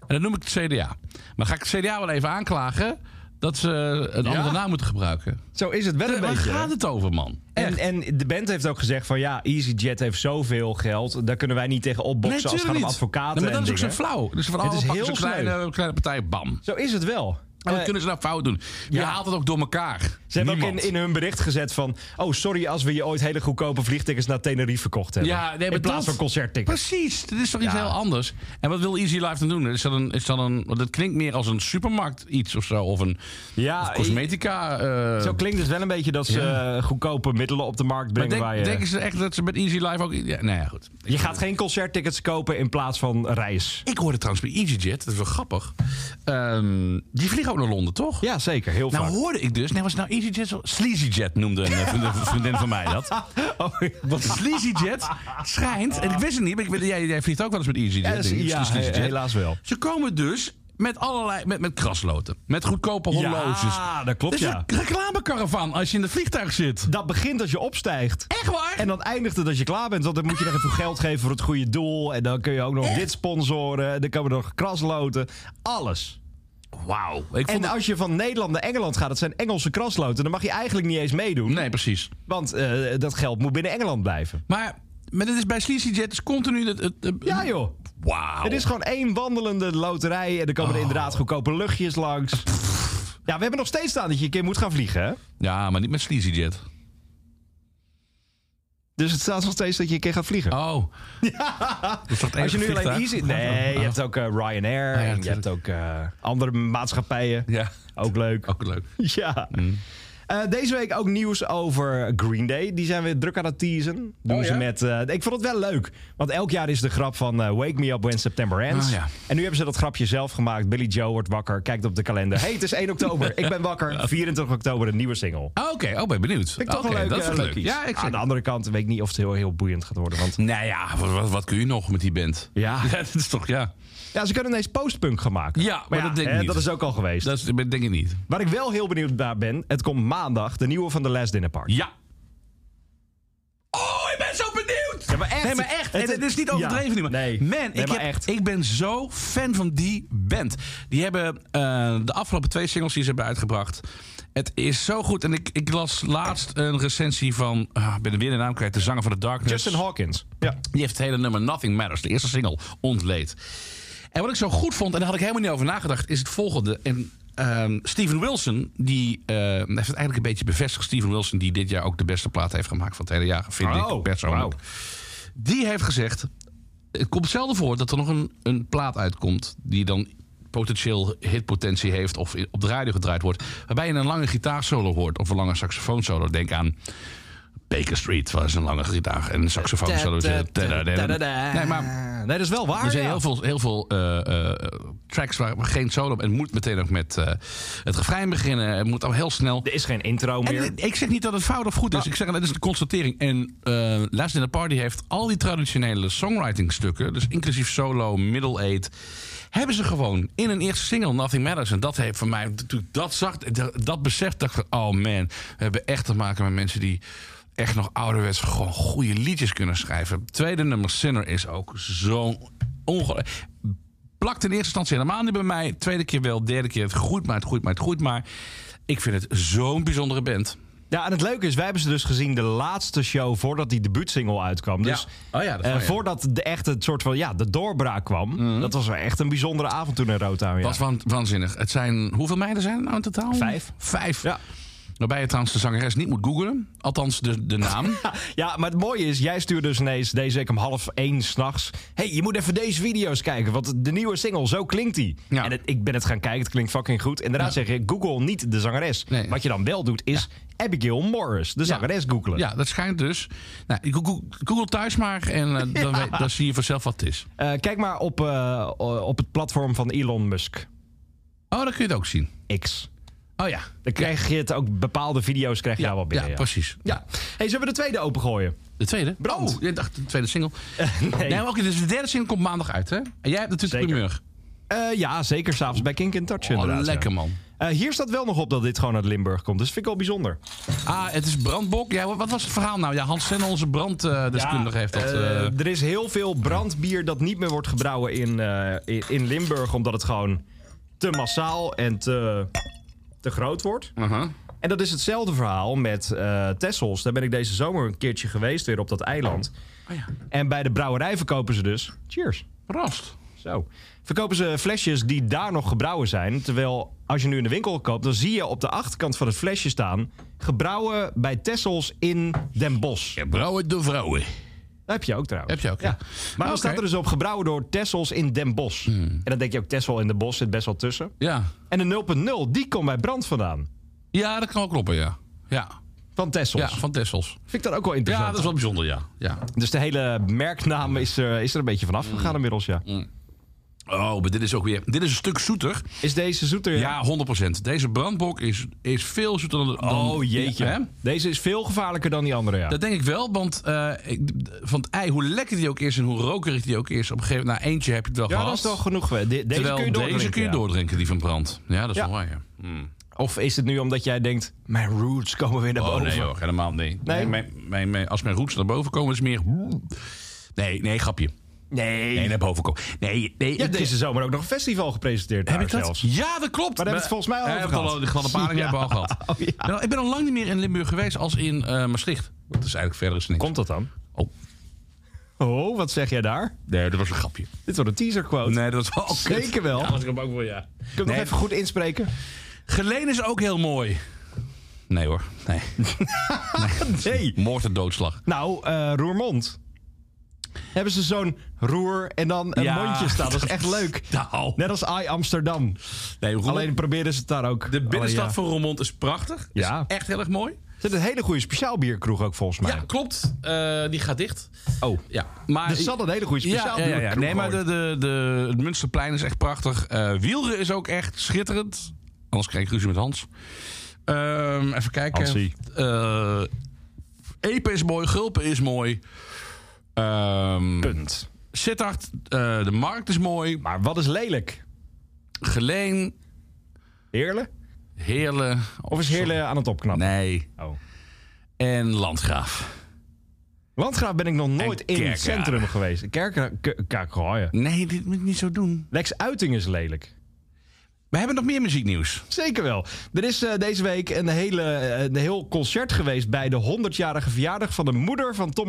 Speaker 2: En dan noem ik het CDA. Maar dan ga ik het CDA wel even aanklagen... dat ze een
Speaker 3: Ja? Eh,
Speaker 2: andere naam moeten gebruiken.
Speaker 3: Zo is het wel een
Speaker 2: Waar
Speaker 3: beetje. hè?
Speaker 2: gaat het over, man?
Speaker 3: En,
Speaker 2: Echt.
Speaker 3: en de band heeft ook gezegd van ja, EasyJet heeft zoveel geld. Daar kunnen wij niet tegen opboksen als
Speaker 2: tuurlijk
Speaker 3: het gaat om
Speaker 2: niet.
Speaker 3: advocaten
Speaker 2: Nee, maar dat
Speaker 3: en
Speaker 2: is ook
Speaker 3: dingen.
Speaker 2: zo flauw. Dus van,
Speaker 3: Het
Speaker 2: oh,
Speaker 3: is
Speaker 2: we pakken
Speaker 3: heel
Speaker 2: zo'n kleine, kleine partij, bam.
Speaker 3: Zo is het wel.
Speaker 2: En wat
Speaker 3: Eh,
Speaker 2: kunnen ze nou fout doen? Je
Speaker 3: ja.
Speaker 2: haalt het ook door elkaar.
Speaker 3: Ze hebben ook in,
Speaker 2: Niemand.
Speaker 3: in hun bericht gezet van... oh, sorry als we je ooit hele goedkope vliegtickets naar Tenerife verkocht hebben.
Speaker 2: Ja, nee, maar
Speaker 3: in plaats
Speaker 2: dat-
Speaker 3: van concerttickets.
Speaker 2: Precies, dit is toch iets
Speaker 3: Ja.
Speaker 2: heel anders. En wat wil Easy Life dan doen? Is dat, een, is dat, een, want dat klinkt meer als een supermarkt iets of zo. Of een
Speaker 3: Ja,
Speaker 2: of cosmetica. eh,
Speaker 3: Ah, Zo klinkt het wel een beetje dat ze eh, goedkope middelen op de markt
Speaker 2: Maar
Speaker 3: brengen.
Speaker 2: denk,
Speaker 3: waar je...
Speaker 2: denken ze echt dat ze met Easy Life ook... Ja, nou ja, goed.
Speaker 3: je gaat geen concerttickets kopen in plaats van reis.
Speaker 2: Ik hoorde trouwens bij EasyJet, dat is wel grappig. Ehm, die vliegen ook naar Londen, toch?
Speaker 3: Ja, zeker. Heel
Speaker 2: Nou
Speaker 3: vaak.
Speaker 2: hoorde ik dus, nee was het nou EasyJet, zo- SleazyJet noemde een eh, vriendin, vriendin van mij dat.
Speaker 3: *laughs* Oh, ja.
Speaker 2: Want SleazyJet schijnt, en ik wist het niet, maar ik, weet- jij, jij vliegt ook wel eens met EasyJet.
Speaker 3: Ja, dat is-
Speaker 2: denk ik,
Speaker 3: ja,
Speaker 2: SleazyJet.
Speaker 3: he- helaas wel.
Speaker 2: Ze komen dus met allerlei, met, met krasloten, met goedkope
Speaker 3: Ja,
Speaker 2: horloges.
Speaker 3: dat klopt,
Speaker 2: Het is
Speaker 3: ja.
Speaker 2: een reclamecaravan als je in het vliegtuig zit.
Speaker 3: Dat begint als je opstijgt.
Speaker 2: Echt waar?
Speaker 3: En dan eindigt het als je klaar bent. Want dan moet je nog even geld geven voor het goede doel. En dan kun je ook nog dit sponsoren. Dan komen er nog krasloten. Alles.
Speaker 2: Wauw. Ik vond
Speaker 3: En
Speaker 2: het-
Speaker 3: als je van Nederland naar Engeland gaat, dat zijn Engelse krasloten. Dan mag je eigenlijk niet eens meedoen.
Speaker 2: Nee, precies.
Speaker 3: Want eh, dat geld moet binnen Engeland blijven.
Speaker 2: Maar, maar dit is bij SleazyJet is continu het... het, het-
Speaker 3: Ja joh.
Speaker 2: Wauw.
Speaker 3: Het is gewoon één wandelende loterij. En er komen
Speaker 2: Oh.
Speaker 3: er inderdaad goedkope luchtjes langs. Ja, we hebben nog steeds staan dat je een keer moet gaan vliegen. Hè?
Speaker 2: Ja, maar niet met SleazyJet.
Speaker 3: Dus het staat nog steeds dat je een keer gaat vliegen. *laughs*
Speaker 2: Oh. Dat is toch het
Speaker 3: Als je nu
Speaker 2: enige vliegtuig?
Speaker 3: alleen
Speaker 2: Oh.
Speaker 3: easy... Nee, je hebt ook eh, Ryanair.
Speaker 2: ja,
Speaker 3: en je hebt
Speaker 2: natuurlijk.
Speaker 3: ook eh, andere maatschappijen.
Speaker 2: Ja,
Speaker 3: Ook leuk.
Speaker 2: ook leuk.
Speaker 3: *laughs* Ja.
Speaker 2: Mm.
Speaker 3: Eh, deze week ook nieuws over Green Day. Die zijn weer druk aan het teasen. Doen
Speaker 2: Oh,
Speaker 3: ze
Speaker 2: ja?
Speaker 3: met, eh, ik vond het wel leuk. Want elk jaar is de grap van eh, Wake Me Up When September Ends.
Speaker 2: Oh, ja.
Speaker 3: En nu hebben ze dat grapje zelf gemaakt. Billy Joe wordt wakker, kijkt op de kalender. hey, het is 1 oktober. ik ben
Speaker 2: *laughs*
Speaker 3: wakker. 24 oktober, een nieuwe single.
Speaker 2: Ah, Oké, oh, ben benieuwd.
Speaker 3: Vind ik toch
Speaker 2: Oké,
Speaker 3: een leuk,
Speaker 2: dat
Speaker 3: eh,
Speaker 2: vind ik
Speaker 3: leuk
Speaker 2: leuk.
Speaker 3: iets.
Speaker 2: Ja, ik
Speaker 3: Aan
Speaker 2: zeg.
Speaker 3: de andere kant weet ik niet of het heel, heel boeiend gaat worden. Want
Speaker 2: Nou ja, wat, wat, wat kun je nog met die band? *laughs*
Speaker 3: Ja.
Speaker 2: dat is toch, ja.
Speaker 3: ja, ze kunnen ineens postpunk gaan maken.
Speaker 2: Ja, maar dat denk ik
Speaker 3: hè,
Speaker 2: niet.
Speaker 3: Dat is ook al geweest.
Speaker 2: Dat is, dat denk ik niet.
Speaker 3: Waar ik wel heel benieuwd naar ben, het komt maandag, de nieuwe van The Last Dinner Party.
Speaker 2: Ja. Oh, ik ben zo benieuwd!
Speaker 3: Ja, maar echt.
Speaker 2: Nee, maar echt.
Speaker 3: Het-
Speaker 2: en het is niet overdreven
Speaker 3: ja.
Speaker 2: nu. Maar.
Speaker 3: Nee.
Speaker 2: Man,
Speaker 3: Nee,
Speaker 2: ik,
Speaker 3: maar
Speaker 2: heb-
Speaker 3: echt.
Speaker 2: ik ben zo fan van die band. Die hebben eh, de afgelopen twee singles die ze hebben uitgebracht. Het is zo goed. En ik, ik las laatst een recensie van... ah, ik ben weer de naam kwijt. De zanger van de Darkness.
Speaker 3: Justin Hawkins. Ja.
Speaker 2: Die heeft het hele nummer Nothing Matters, de eerste single, ontleed. En wat ik zo goed vond, en daar had ik helemaal niet over nagedacht, is het volgende. En ehm, Steven Wilson, die eh, heeft het eigenlijk een beetje bevestigd. Steven Wilson, die dit jaar ook de beste plaat heeft gemaakt van het hele jaar, vind
Speaker 3: Oh,
Speaker 2: ik persoonlijk.
Speaker 3: wauw.
Speaker 2: Die heeft gezegd. Het komt zelden voor dat er nog een, een plaat uitkomt. die dan potentieel hitpotentie heeft of i- op de radio gedraaid wordt. Waarbij je een lange gitaarsolo hoort of een lange saxofoonsolo. Denk aan Baker Street, was een lange gitaar en een saxofoonsolo. Nee, maar
Speaker 3: Nee, dat is wel waar.
Speaker 2: er zijn
Speaker 3: ja.
Speaker 2: heel veel, heel veel eh, eh, tracks waar waar geen solo op en het moet meteen ook met eh, het refrein beginnen. Het moet al heel snel.
Speaker 3: Er is geen intro meer.
Speaker 2: En ik zeg niet dat het fout of goed is. Ik zeg dat is de constatering. En eh Last in the Party heeft al die traditionele songwriting stukken, dus inclusief solo, middle eight, hebben ze gewoon in een eerste single Nothing Matters. En dat heeft voor mij, toen ik dat zag, dat, dat besef, dacht ik, oh man, we hebben echt te maken met mensen die echt nog ouderwets gewoon goede liedjes kunnen schrijven. Tweede nummer Sinner is ook zo'n ongelooflijk plakt in eerste instantie helemaal niet bij mij. Tweede keer wel, derde keer het groeit maar, het groeit maar, het groeit maar. Ik vind het zo'n bijzondere band.
Speaker 3: Ja, en het leuke is, wij hebben ze dus gezien de laatste show voordat die debuutsingle uitkwam. Dus
Speaker 2: Oh ja, dat
Speaker 3: eh,
Speaker 2: was, ja. Mhm.
Speaker 3: voordat de echte het soort van, ja, de doorbraak kwam. Dat was wel echt een bijzondere avond toen in Rotown. Ja.
Speaker 2: was wan- waanzinnig. Het zijn, hoeveel meiden zijn er nou in totaal?
Speaker 3: Vijf.
Speaker 2: Vijf.
Speaker 3: Ja.
Speaker 2: Waarbij je trouwens de zangeres niet moet googlen. Althans, de, de
Speaker 3: *laughs*
Speaker 2: naam.
Speaker 3: Nou, Ja, maar het mooie is, jij stuurde dus ineens deze week om half één s'nachts. hey, je moet even deze video's kijken, want de nieuwe single, zo klinkt die.
Speaker 2: Ja.
Speaker 3: En het- ik ben het gaan kijken, het klinkt fucking goed. Inderdaad zeg je, Google niet de zangeres.
Speaker 2: Nee.
Speaker 3: Wat je dan wel doet, is Abigail Morris, de zangeres, googelen.
Speaker 2: ja, dat schijnt dus. Nou, go- go- Google thuis maar en
Speaker 3: *laughs*
Speaker 2: eh, dan, weet- dan zie je vanzelf wat het is.
Speaker 3: Eh, kijk maar op, eh, op het platform van Elon Musk,
Speaker 2: Oh, dan kun je het ook zien.
Speaker 3: X.
Speaker 2: Oh ja.
Speaker 3: Dan krijg je het ook, bepaalde video's krijg je daar wel binnen. Ja,
Speaker 2: precies.
Speaker 3: Ja. hey, zullen we de tweede opengooien?
Speaker 2: De tweede?
Speaker 3: Brand.
Speaker 2: Oh, ik dacht de tweede single.
Speaker 3: *laughs* nee.
Speaker 2: Nee, maar oké, dus de derde single komt maandag uit, hè? En jij hebt natuurlijk
Speaker 3: Zeker.
Speaker 2: de primeur.
Speaker 3: Eh, ja, zeker s'avonds bij Kink in Touch inderdaad.
Speaker 2: Oh,
Speaker 3: ja.
Speaker 2: lekker man.
Speaker 3: Eh, hier staat wel nog op dat dit gewoon uit Limburg komt. Dus vind ik wel bijzonder.
Speaker 2: Ah, het is brandbok. Ja, wat was het verhaal nou? Ja, Hans Senne, onze branddeskundige, heeft dat...
Speaker 3: Eh,
Speaker 2: eh,
Speaker 3: er is heel veel brandbier dat niet meer wordt gebrouwen in, eh, in, in Limburg. Omdat het gewoon te massaal en te, te groot wordt.
Speaker 2: aha.
Speaker 3: En dat is hetzelfde verhaal met eh Tessels. Daar ben ik deze zomer een keertje geweest weer op dat eiland.
Speaker 2: Oh ja,
Speaker 3: En bij de brouwerij verkopen ze dus... Cheers.
Speaker 2: rast.
Speaker 3: Zo. Verkopen ze flesjes die daar nog gebrouwen zijn. Terwijl als je nu in de winkel koopt, dan zie je op de achterkant van het flesje staan. Gebrouwen bij Tessels in Den Bosch.
Speaker 2: Ja, brouwen de vrouwen.
Speaker 3: Dat heb je ook trouwens.
Speaker 2: Heb je ook, ja.
Speaker 3: Maar dan
Speaker 2: Oké. Hmm.
Speaker 3: staat er dus op gebrouwen door Tessels in Den Bosch. En dan denk je ook, Tessel in Den Bosch zit best wel tussen.
Speaker 2: Ja.
Speaker 3: En de 0.0, die komt bij brand vandaan.
Speaker 2: ja, dat kan wel kloppen, ja. Ja,
Speaker 3: Van Tessels.
Speaker 2: ja van Tessels.
Speaker 3: Vind ik dat ook wel
Speaker 2: Ja,
Speaker 3: interessant.
Speaker 2: dat is wel Hmm. bijzonder, ja. ja.
Speaker 3: Dus de hele merknaam is, eh, is er een beetje vanaf gegaan inmiddels, ja.
Speaker 2: Oh, maar dit is ook weer... Dit is een stuk zoeter.
Speaker 3: Is deze zoeter?
Speaker 2: Ja, 100%. Deze brandbok is, is veel zoeter dan... dan-
Speaker 3: Oh jeetje.
Speaker 2: Ja, hè?
Speaker 3: Deze is veel gevaarlijker dan die andere, ja.
Speaker 2: Dat denk ik wel, want eh, ik- van het ei, hoe lekker die ook is en hoe rokerig die ook is, op een gegeven moment, nou eentje heb je het wel
Speaker 3: Ja,
Speaker 2: gehad.
Speaker 3: dat is wel genoeg. geweest. De- deze
Speaker 2: Terwijl
Speaker 3: kun je doordrinken.
Speaker 2: deze kun je
Speaker 3: ja.
Speaker 2: doordrinken, die van brand. Ja, dat is
Speaker 3: Ja.
Speaker 2: wel waar, ja.
Speaker 3: Of is het nu omdat jij denkt, mijn roots komen weer naar
Speaker 2: Oh
Speaker 3: boven?
Speaker 2: nee hoor, helemaal nee.
Speaker 3: Nee?
Speaker 2: Nee, mijn, mijn, mijn- als mijn roots naar boven komen, is het meer... Nee, nee, grapje.
Speaker 3: nee.
Speaker 2: Nee, naar boven komen. Nee, nee.
Speaker 3: Je hebt
Speaker 2: het is-
Speaker 3: deze zomer ook nog een festival gepresenteerd
Speaker 2: Heb ik
Speaker 3: daar
Speaker 2: dat?
Speaker 3: zelfs.
Speaker 2: Ja, dat klopt.
Speaker 3: Maar daar hebben we het volgens mij al
Speaker 2: Eh,
Speaker 3: over
Speaker 2: we hebben
Speaker 3: gehad.
Speaker 2: het al- De *laughs* gladde paling
Speaker 3: Ja.
Speaker 2: hebben we al gehad.
Speaker 3: Oh, ja.
Speaker 2: Nou, ik ben al lang niet meer in Limburg geweest als in eh, Maastricht. Dat is eigenlijk verder is niks.
Speaker 3: Komt dat dan?
Speaker 2: Oh,
Speaker 3: Oh, wat zeg jij daar?
Speaker 2: nee, dat was een grapje.
Speaker 3: Dit wordt een teaser quote.
Speaker 2: Nee, dat was *laughs* wel kut.
Speaker 3: Zeker wel.
Speaker 2: Ja, dat komt ook wel, ja.
Speaker 3: Ik kan
Speaker 2: Nee.
Speaker 3: nog even goed inspreken.
Speaker 2: Geleen is ook heel mooi. Nee hoor, *laughs* nee.
Speaker 3: Nee.
Speaker 2: Moord en doodslag.
Speaker 3: Nou, eh, Roermond. Hebben ze zo'n roer en dan een
Speaker 2: Ja.
Speaker 3: mondje staan. Dat is echt leuk.
Speaker 2: *laughs* Nou.
Speaker 3: Net als I Amsterdam.
Speaker 2: Nee, Roermond-
Speaker 3: Alleen proberen ze het daar ook.
Speaker 2: de binnenstad
Speaker 3: Alleen,
Speaker 2: van Roermond is prachtig.
Speaker 3: Ja.
Speaker 2: Is echt heel erg mooi.
Speaker 3: ja. Ze hebben een hele goede speciaalbierkroeg ook volgens mij.
Speaker 2: Ja, klopt. Eh, die gaat dicht.
Speaker 3: Oh.
Speaker 2: Ja, maar...
Speaker 3: Dus ze hadden een hele goede
Speaker 2: ja, ja,
Speaker 3: speciaalbierkroeg.
Speaker 2: ja, ja. Nee, maar de,
Speaker 3: ooit.
Speaker 2: de, de, het Munsterplein is echt prachtig. Eh Wielren is ook echt schitterend. Anders krijg ik ruzie met Hans. Ehm, even kijken.
Speaker 3: Hansie.
Speaker 2: Eh, Epe is mooi. Gulpen is mooi. Ehm
Speaker 3: Punt.
Speaker 2: Sittard. eh, de markt is mooi.
Speaker 3: Maar wat is lelijk?
Speaker 2: Geleen.
Speaker 3: Heerle?
Speaker 2: Heerlen.
Speaker 3: Of is Heerle aan het opknappen?
Speaker 2: Nee.
Speaker 3: Oh.
Speaker 2: En Landgraaf.
Speaker 3: Landgraaf ben ik nog nooit in
Speaker 2: Kerkrade.
Speaker 3: het centrum geweest. Kerken, kerkraaien.
Speaker 2: Nee, dit moet ik niet zo doen.
Speaker 3: Lex Uiting is lelijk.
Speaker 2: We hebben nog meer muzieknieuws.
Speaker 3: Zeker wel. Er is eh, deze week een, hele, eh, een heel concert geweest bij de 100-jarige verjaardag van de moeder van Tom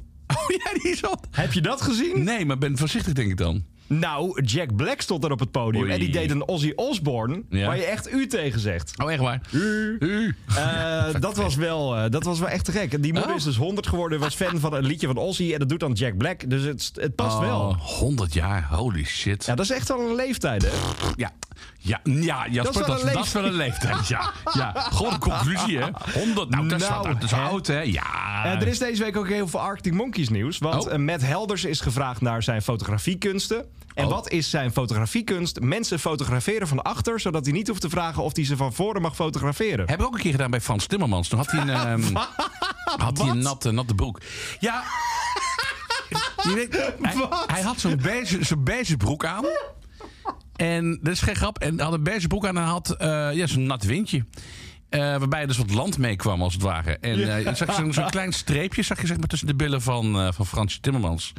Speaker 2: *laughs* Oh ja, die is al...
Speaker 3: Heb je dat gezien?
Speaker 2: Nee, maar ben voorzichtig denk ik dan.
Speaker 3: Nou, Jack Black stond er op het podium.
Speaker 2: Oei.
Speaker 3: En die deed een Ozzy Osbourne.
Speaker 2: Ja.
Speaker 3: Waar je echt u tegen
Speaker 2: *laughs*
Speaker 3: zegt.
Speaker 2: Oh, echt waar? U.
Speaker 3: Eh, dat, was wel, eh, dat was wel echt te gek. Die moeder
Speaker 2: Oh.
Speaker 3: is dus 100 geworden, was fan van een liedje van Ozzy. En dat doet dan Jack Black. Dus het, het past
Speaker 2: Oh.
Speaker 3: wel.
Speaker 2: 100 jaar, holy shit.
Speaker 3: Ja, dat is echt al een leeftijd, hè?
Speaker 2: Ja, ja, ja Jasper, dat,
Speaker 3: wel
Speaker 2: is-
Speaker 3: een
Speaker 2: dat is wel een leeftijd. Ja, ja. gewoon een conclusie, hè? 100, *laughs* nou, dat is,
Speaker 3: Nou,
Speaker 2: wat- dat is
Speaker 3: hè.
Speaker 2: oud, hè? Ja.
Speaker 3: Eh, er is deze week ook heel veel Arctic Monkeys nieuws. Want
Speaker 2: Oh.
Speaker 3: eh, Matt Helders is gevraagd naar zijn fotografiekunsten. En
Speaker 2: Oh.
Speaker 3: wat is zijn fotografiekunst? Mensen fotograferen van achter, zodat hij niet hoeft te vragen of hij ze van voren mag fotograferen.
Speaker 2: Hebben we ook een keer gedaan bij Frans Timmermans. Toen had hij een, *laughs* ehm, had hij een natte, natte broek. Ja. Je weet, hij, hij had zo'n beige, zo'n beige broek aan. En dat is geen grap. En hij had een beige broek aan en had eh, ja, zo'n nat windje. Eh, waarbij er dus wat land mee kwam, als het ware. En eh, je zag zo'n zo'n klein streepje zag je, zeg maar, tussen de billen van, eh, van Frans Timmermans.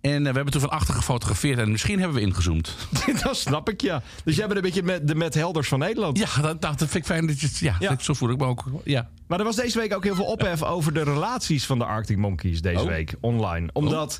Speaker 2: En eh, we hebben toen van achter gefotografeerd. En misschien hebben we ingezoomd.
Speaker 3: *laughs* dat snap ik, ja. Dus jij bent een beetje met, de Matt Helders van Nederland.
Speaker 2: Ja, dat, dat vind ik fijn. Dat je, het- ja,
Speaker 3: Ja.
Speaker 2: dat- zo voel ik me ook. Ja.
Speaker 3: Maar er was deze week ook heel veel ophef over de relaties van de Arctic Monkeys deze
Speaker 2: Oh.
Speaker 3: week online. Omdat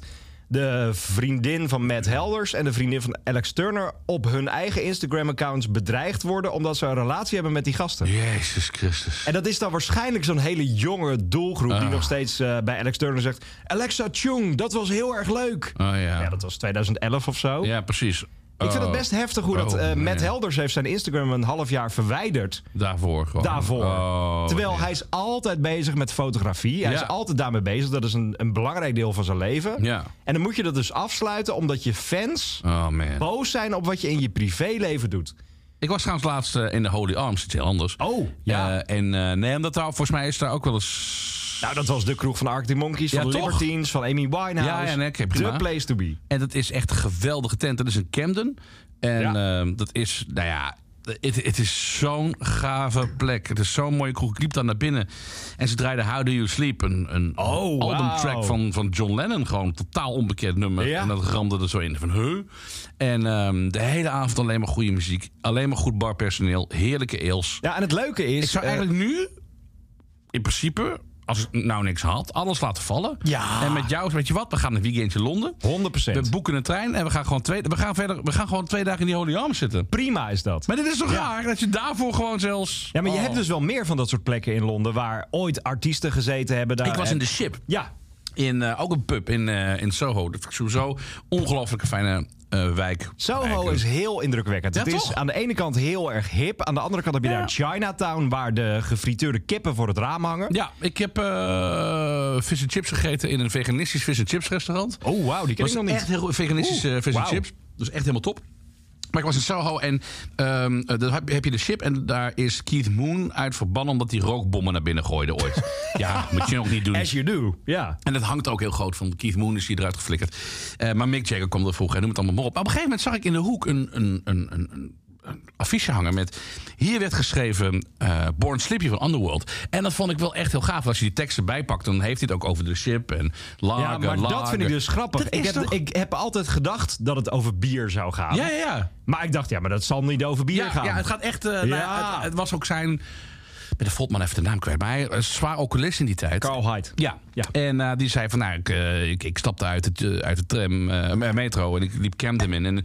Speaker 3: de vriendin van Matt Helders en de vriendin van Alex Turner op hun eigen Instagram-accounts bedreigd worden omdat ze een relatie hebben met die gasten.
Speaker 2: Jezus Christus.
Speaker 3: En dat is dan waarschijnlijk zo'n hele jonge doelgroep
Speaker 2: Ah.
Speaker 3: die nog steeds eh, bij Alex Turner zegt: Alexa Chung, dat was heel erg leuk.
Speaker 2: Oh ja.
Speaker 3: Ja, dat was 2011 of zo.
Speaker 2: Ja, precies.
Speaker 3: Ik vind het best heftig hoe dat
Speaker 2: Oh,
Speaker 3: eh,
Speaker 2: nee.
Speaker 3: Matt Helders heeft zijn Instagram een half jaar verwijderd.
Speaker 2: Daarvoor gewoon.
Speaker 3: daarvoor.
Speaker 2: Oh,
Speaker 3: Terwijl
Speaker 2: nee.
Speaker 3: hij is altijd bezig met fotografie. Hij
Speaker 2: Ja.
Speaker 3: is altijd daarmee bezig. Dat is een, een belangrijk deel van zijn leven.
Speaker 2: Ja.
Speaker 3: En dan moet je dat dus afsluiten omdat je fans
Speaker 2: Oh man.
Speaker 3: boos zijn op wat je in je privéleven doet.
Speaker 2: Ik was trouwens laatst eh, in de Holy Arms, iets heel anders.
Speaker 3: Oh, ja.
Speaker 2: Eh, en eh, nee, omdat daar, volgens mij is daar ook wel eens...
Speaker 3: Nou, dat was de kroeg van Arctic Monkeys,
Speaker 2: Ja,
Speaker 3: van
Speaker 2: toch?
Speaker 3: Libertines, van Amy Winehouse.
Speaker 2: Ja, ja, nee, oké,
Speaker 3: de
Speaker 2: prima.
Speaker 3: place to be.
Speaker 2: En dat is echt een geweldige tent. Dat is in Camden. En
Speaker 3: Ja.
Speaker 2: ehm, dat is, nou ja... Het, het is zo'n gave plek. Het is zo'n mooie kroeg. Ik liep daar naar binnen en ze draaiden How Do You Sleep. Een, een
Speaker 3: Oh,
Speaker 2: albumtrack
Speaker 3: wauw.
Speaker 2: van, van John Lennon. Gewoon een totaal onbekend nummer.
Speaker 3: Ja.
Speaker 2: En dat ramde er zo in van huh. En ehm, de hele avond alleen maar goede muziek. Alleen maar goed barpersoneel. Heerlijke eels.
Speaker 3: Ja, en het leuke is...
Speaker 2: Ik zou
Speaker 3: eh,
Speaker 2: eigenlijk nu, in principe, als ik nou niks had, alles laten vallen.
Speaker 3: Ja.
Speaker 2: En met jou, weet je wat, we gaan een weekendje Londen.
Speaker 3: 100%.
Speaker 2: We boeken een trein en we gaan gewoon twee, we gaan verder, we gaan gewoon twee dagen in die Holy Arms zitten.
Speaker 3: Prima is dat.
Speaker 2: Maar dit is toch raar dat je daarvoor gewoon zelfs.
Speaker 3: Ja, maar je
Speaker 2: Oh.
Speaker 3: hebt dus wel meer van dat soort plekken in Londen... waar ooit artiesten gezeten hebben. Daar,
Speaker 2: Ik was
Speaker 3: en-
Speaker 2: in de ship.
Speaker 3: Ja,
Speaker 2: In, eh, ook een pub in, eh, in Soho. Dat vind ik sowieso ongelooflijk fijne eh, wijk.
Speaker 3: Soho
Speaker 2: Eigenlijk.
Speaker 3: is heel indrukwekkend.
Speaker 2: Ja,
Speaker 3: het is
Speaker 2: toch?
Speaker 3: aan de ene kant heel erg hip. Aan de andere kant heb je daar Chinatown... waar de gefrituurde kippen voor het raam hangen.
Speaker 2: Ja, ik heb eh vis en chips gegeten in een veganistisch vis en chips restaurant.
Speaker 3: Oh, wauw, die ken ik
Speaker 2: was
Speaker 3: nog niet.
Speaker 2: echt heel goed. Veganistische
Speaker 3: Oeh,
Speaker 2: eh, vis en
Speaker 3: wauw.
Speaker 2: chips. Dus echt helemaal top. Maar ik was in Soho en ehm, eh, dan heb- heb je de ship. En daar is Keith Moon uit verbannen omdat hij rookbommen naar binnen gooide
Speaker 3: *laughs*
Speaker 2: ooit. ja, moet je nog niet doen.
Speaker 3: As you do, ja.
Speaker 2: En dat hangt ook heel groot van Keith Moon is hier eruit geflikkerd. Eh, maar Mick Jagger kwam er vroeger en noem het allemaal maar op. Maar op een gegeven moment zag ik in de hoek een, een, een, een, een, een affiche hangen met... Hier werd geschreven eh, Born Sleepy van Underworld. En dat vond ik wel echt heel gaaf. Als je die teksten bijpakt, dan heeft hij het ook over de ship en lager,
Speaker 3: Ja, maar dat vind ik dus grappig.
Speaker 2: Dat
Speaker 3: Ik
Speaker 2: is
Speaker 3: heb,
Speaker 2: toch-
Speaker 3: ik heb altijd gedacht dat het over bier zou gaan.
Speaker 2: Ja, ja, ja.
Speaker 3: Maar ik dacht, ja, maar dat zal niet over bier
Speaker 2: Ja,
Speaker 3: gaan.
Speaker 2: ja, het gaat echt... eh, nou ja,
Speaker 3: Ja.
Speaker 2: het, het was ook zijn... Ik ben de Voltman even de naam kwijt. Maar hij was zwaar alcoholist in die tijd.
Speaker 3: Carl Hyde.
Speaker 2: Ja.
Speaker 3: Ja.
Speaker 2: En eh, die zei van, nou, ik, eh, ik, ik stapte uit, het, eh, uit de tram, eh, metro en ik liep Camden in. En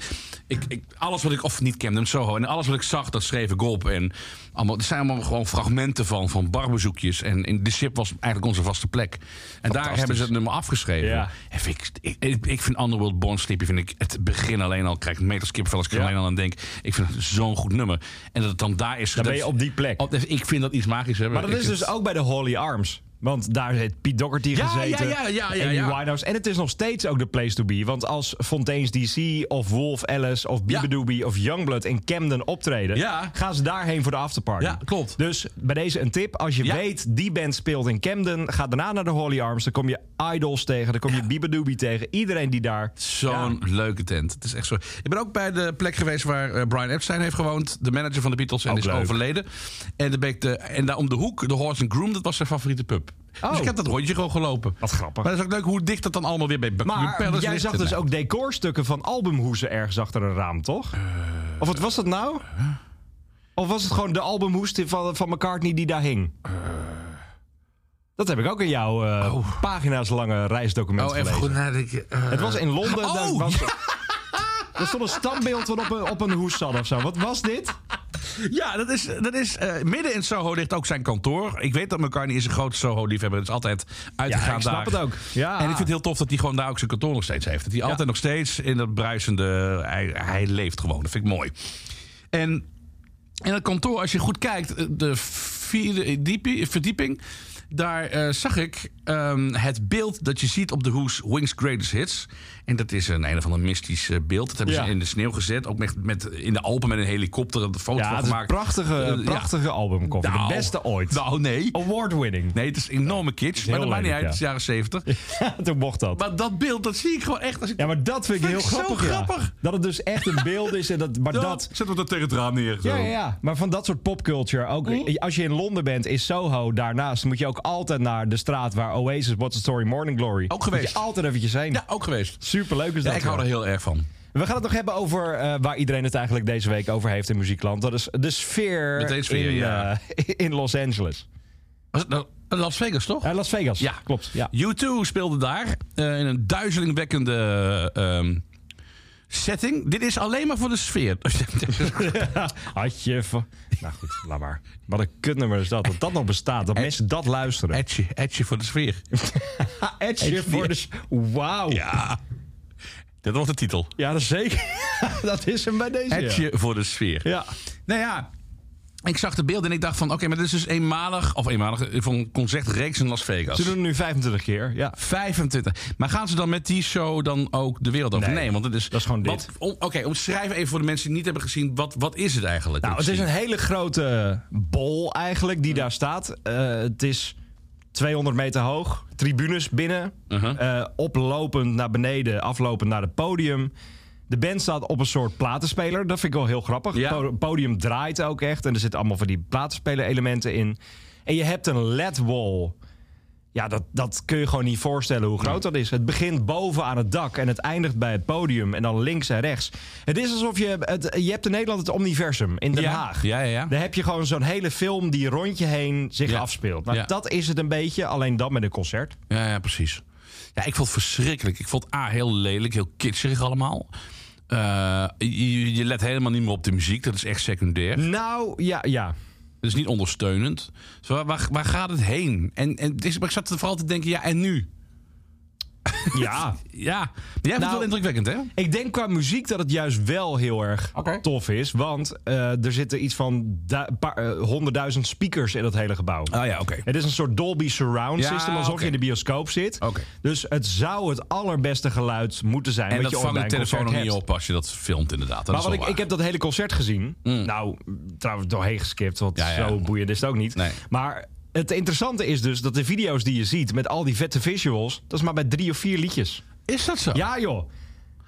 Speaker 2: ik, ik, alles wat ik, of niet Camden, Soho. En alles wat ik zag, dat schreef ik op. En allemaal, er zijn allemaal gewoon fragmenten van, van barbezoekjes. En in de ship was eigenlijk onze vaste plek. En daar hebben ze het nummer afgeschreven.
Speaker 3: Ja.
Speaker 2: En vind ik, ik- ik, ik vind Underworld Born Sleepy, vind ik het begin alleen al, krijg ik meters kipvel als ik er
Speaker 3: Ja.
Speaker 2: alleen al aan denk. Ik vind het zo'n goed nummer. En dat het dan daar is.
Speaker 3: Dan ben je
Speaker 2: dat-
Speaker 3: op die plek.
Speaker 2: op- ik vind dat iets magisch hebben.
Speaker 3: Maar dat
Speaker 2: Ik
Speaker 3: is
Speaker 2: vind-
Speaker 3: dus ook bij de Holy Arms. Want daar heeft Pete Doherty
Speaker 2: Ja,
Speaker 3: gezeten.
Speaker 2: ja, ja, ja, ja,
Speaker 3: Amy
Speaker 2: ja.
Speaker 3: Winehouse. En het is nog steeds ook de place to be. Want als Fontaine's DC of Wolf Alice of
Speaker 2: Ja.
Speaker 3: Bibidoobie of Youngblood in Camden optreden...
Speaker 2: Ja.
Speaker 3: gaan ze daarheen voor de afterparty.
Speaker 2: Ja, klopt.
Speaker 3: Dus bij deze een tip. Als je
Speaker 2: Ja.
Speaker 3: weet, die band speelt in Camden... ga daarna naar de Holy Arms. Dan kom je Idols tegen. Dan kom je Bibidoobie tegen. Iedereen die daar...
Speaker 2: Zo'n leuke tent. Het is echt zo. Ik ben ook bij de plek geweest waar eh, Brian Epstein heeft gewoond. De manager van de Beatles. En
Speaker 3: Ook
Speaker 2: is
Speaker 3: leuk.
Speaker 2: overleden. En, de de, en daar om de hoek, de Horse and Groom, dat was zijn favoriete pub. Dus ik heb dat rondje gewoon gelopen.
Speaker 3: Oh. Wat grappig.
Speaker 2: Maar dat is ook leuk hoe dicht dat dan allemaal weer bij Buckingham
Speaker 3: Maar
Speaker 2: Palace
Speaker 3: jij
Speaker 2: ligt.
Speaker 3: zag
Speaker 2: En,
Speaker 3: dus
Speaker 2: eh,
Speaker 3: ook decorstukken van albumhoezen ergens achter een raam, toch? of wat was dat nou? Of was het gewoon de albumhoes die- van, van McCartney die daar hing?
Speaker 2: Eh.
Speaker 3: dat heb ik ook in jouw eh, pagina's lange reisdocument
Speaker 2: Oh, even
Speaker 3: gelezen.
Speaker 2: goed nadenken. Eh, *laughs*
Speaker 3: Het was in Londen. daar
Speaker 2: Oh,
Speaker 3: was, Er stond een standbeeld van op een, op een hoes zat of zo. Wat was dit?
Speaker 2: Ja, dat is, dat is eh, midden in Soho ligt ook zijn kantoor. Ik weet dat McCartney is een grote Soho-liefhebber. Dat is altijd uitgegaan
Speaker 3: Ja, ik snap
Speaker 2: daar.
Speaker 3: het ook. Ja.
Speaker 2: En ik vind het heel tof dat hij gewoon daar ook zijn kantoor nog steeds heeft. Dat hij altijd nog steeds in dat bruisende... Hij, hij leeft gewoon. Dat vind ik mooi. En in dat kantoor, als je goed kijkt, eh, de vierde diepie- verdieping... Daar eh, zag ik ehm, het beeld dat je ziet op de hoes Wings Greatest Hits. En dat is een een of ander mystisch eh, beeld. Dat hebben
Speaker 3: Ja.
Speaker 2: ze in de sneeuw gezet. Ook met, met, in de Alpen met een helikopter. Een foto
Speaker 3: Ja,
Speaker 2: van
Speaker 3: het is een
Speaker 2: gemaakt. Eh,
Speaker 3: prachtige,
Speaker 2: ja.
Speaker 3: prachtige albumcover.
Speaker 2: Nou,
Speaker 3: de beste ooit. Oh.
Speaker 2: Nou, nee.
Speaker 3: Award-winning. *laughs*
Speaker 2: Nee, het is een enorme kitsch. maar
Speaker 3: heel
Speaker 2: dat maakt niet uit.
Speaker 3: lelijk,
Speaker 2: Het is jaren 70.
Speaker 3: Toen mocht dat.
Speaker 2: Maar dat beeld, dat zie ik gewoon echt. Als ik...
Speaker 3: Ja, maar dat vind ik
Speaker 2: Vind
Speaker 3: heel
Speaker 2: ik zo
Speaker 3: grappig. ja.
Speaker 2: grappig.
Speaker 3: Dat het dus echt een beeld is en dat. Maar dat
Speaker 2: Zet dat tegen het raam neer.
Speaker 3: Ja, ja, ja, maar van dat soort popculture ook. eh, Als je in Londen bent, is Soho daarnaast. moet je ook altijd naar de straat waar Oasis, What's the Story, Morning Glory.
Speaker 2: Ook geweest.
Speaker 3: Moet je altijd eventjes heen.
Speaker 2: Ja, ook geweest.
Speaker 3: Superleuk is
Speaker 2: Ja,
Speaker 3: dat.
Speaker 2: ik hou er
Speaker 3: wel.
Speaker 2: heel erg van.
Speaker 3: We gaan het nog hebben over eh, waar iedereen het eigenlijk deze week over heeft in muziekland. Dat is de sfeer,
Speaker 2: Meteen sfeer,
Speaker 3: in,
Speaker 2: ja.
Speaker 3: eh, *laughs* in Los Angeles.
Speaker 2: Was het nou Las Vegas, toch?
Speaker 3: Eh, Las Vegas.
Speaker 2: Ja.
Speaker 3: klopt. Ja.
Speaker 2: U2 speelde daar eh, in een duizelingwekkende ehm, setting. Dit is alleen maar voor de sfeer. *laughs*
Speaker 3: Had je. van- Nou goed, laat maar. Wat een kutnummer is dat. Dat dat nog bestaat. Dat mensen dat luisteren.
Speaker 2: etje, etje voor de sfeer.
Speaker 3: Ah, Edge voor de. Wauw. Ja.
Speaker 2: Ja, dat was de titel.
Speaker 3: dat is zeker. *laughs* dat is hem bij deze. ja.
Speaker 2: Etje voor de sfeer.
Speaker 3: Ja.
Speaker 2: Nou ja, ik zag de beelden en ik dacht van... oké, maar dit is dus eenmalig... of eenmalig, eh, voor een concertreeks in Las Vegas.
Speaker 3: Ze doen het nu 25 keer, ja.
Speaker 2: 25. Maar gaan ze dan met die show dan ook de wereld over? Nee,
Speaker 3: Nee,
Speaker 2: want het is...
Speaker 3: dat is gewoon dit.
Speaker 2: Wat- om- Oké, omschrijf even voor de mensen die het niet hebben gezien... wat, wat is het eigenlijk?
Speaker 3: Nou,
Speaker 2: Wat
Speaker 3: het is
Speaker 2: zie
Speaker 3: een
Speaker 2: je?
Speaker 3: hele grote bol eigenlijk die daar staat. Eh, het is 200 meter hoog, tribunes binnen,
Speaker 2: Uh-huh.
Speaker 3: eh, oplopend naar beneden, aflopend naar het podium. De band staat op een soort platenspeler, dat vind ik wel heel grappig.
Speaker 2: Ja.
Speaker 3: Po- podium draait ook echt en er zitten allemaal van die platenspeler elementen in. En je hebt een LED-wall. Ja, dat, dat kun je gewoon niet voorstellen hoe groot dat is. Het begint boven aan het dak en het eindigt bij het podium. En dan links en rechts. Het is alsof je... Het, je hebt in Nederland het Omniversum in Den
Speaker 2: Ja,
Speaker 3: Haag.
Speaker 2: ja, ja, ja.
Speaker 3: Daar heb je gewoon zo'n hele film die rond je heen zich
Speaker 2: Ja,
Speaker 3: afspeelt. Nou,
Speaker 2: ja.
Speaker 3: dat is het een beetje. Alleen dan met een concert.
Speaker 2: Ja, ja, precies. Ja, ik vond het verschrikkelijk. Ik vond het A, heel lelijk, heel kitscherig allemaal. Eh, je, je let helemaal niet meer op de muziek. Dat is echt secundair.
Speaker 3: Nou, ja, ja.
Speaker 2: Dat is niet ondersteunend. Dus waar, waar, waar gaat het heen? En, en het is- maar ik zat er vooral te denken, ja, en nu?
Speaker 3: *laughs* ja.
Speaker 2: Ja, jij vond het
Speaker 3: Nou,
Speaker 2: wel indrukwekkend, hè?
Speaker 3: Ik denk qua muziek dat het juist wel heel erg
Speaker 2: Oké.
Speaker 3: tof is. Want eh, er zitten iets van du- paar, eh, 100.000 speakers in dat hele gebouw.
Speaker 2: Ah ja, oké.
Speaker 3: Het is een soort Dolby Surround
Speaker 2: Ja,
Speaker 3: system, alsof
Speaker 2: oké.
Speaker 3: je in de bioscoop zit.
Speaker 2: Oké.
Speaker 3: Dus het zou het allerbeste geluid moeten zijn.
Speaker 2: En
Speaker 3: wat
Speaker 2: dat
Speaker 3: je ooit
Speaker 2: vangt de
Speaker 3: bij een
Speaker 2: telefoon nog
Speaker 3: concert
Speaker 2: niet
Speaker 3: hebt.
Speaker 2: op als je dat filmt, inderdaad. Dat
Speaker 3: Maar
Speaker 2: is
Speaker 3: wat
Speaker 2: wel
Speaker 3: ik,
Speaker 2: waar. Mm.
Speaker 3: ik heb dat hele concert gezien. Nou, trouwens doorheen geskipt, want
Speaker 2: Ja, ja.
Speaker 3: zo boeiend is het ook niet.
Speaker 2: Nee.
Speaker 3: Maar het interessante is dus dat de video's die je ziet met al die vette visuals... dat is maar bij drie of vier liedjes.
Speaker 2: Is dat zo?
Speaker 3: Ja joh.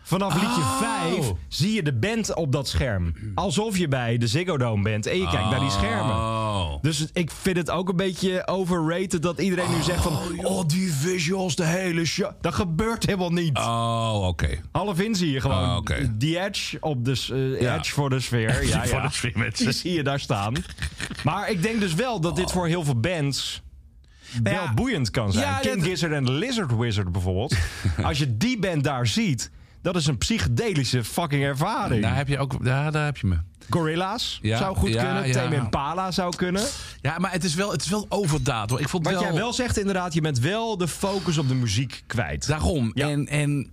Speaker 3: Vanaf liedje
Speaker 2: Oh.
Speaker 3: 5 zie je de band op dat scherm. Alsof je bij de Ziggo Dome bent en je kijkt
Speaker 2: Ah.
Speaker 3: naar die schermen.
Speaker 2: Oh.
Speaker 3: Dus het- ik vind het ook een beetje overrated dat iedereen nu zegt van... Oh, die visuals, de hele show. Dat gebeurt helemaal niet.
Speaker 2: Oh, oké.
Speaker 3: Half in zie je gewoon
Speaker 2: Ah, oké.
Speaker 3: die edge op de s- eh,
Speaker 2: Ja.
Speaker 3: edge voor de
Speaker 2: *laughs*
Speaker 3: sfeer. Ja,
Speaker 2: Voor
Speaker 3: ja.
Speaker 2: de sfeer, mensen.
Speaker 3: Die zie je daar staan. Maar ik denk dus wel dat dit voor heel veel bands wel
Speaker 2: Oh. ja.
Speaker 3: boeiend kan zijn.
Speaker 2: Ja,
Speaker 3: King
Speaker 2: dit-
Speaker 3: Gizzard en Lizard
Speaker 2: *laughs*
Speaker 3: Wizard bijvoorbeeld. Als je die band daar ziet, dat is een psychedelische fucking ervaring.
Speaker 2: Daar heb je ook... Ja, daar heb je me.
Speaker 3: Gorilla's
Speaker 2: Nou, Ja,
Speaker 3: zou goed
Speaker 2: ja,
Speaker 3: kunnen.
Speaker 2: ja.
Speaker 3: Tame Impala zou kunnen.
Speaker 2: Ja, maar het is wel, het is wel overdaad, hoor. Ik vond
Speaker 3: Wat
Speaker 2: wel...
Speaker 3: jij wel zegt inderdaad, je bent wel de focus op de muziek kwijt.
Speaker 2: Daarom.
Speaker 3: Ja.
Speaker 2: En, en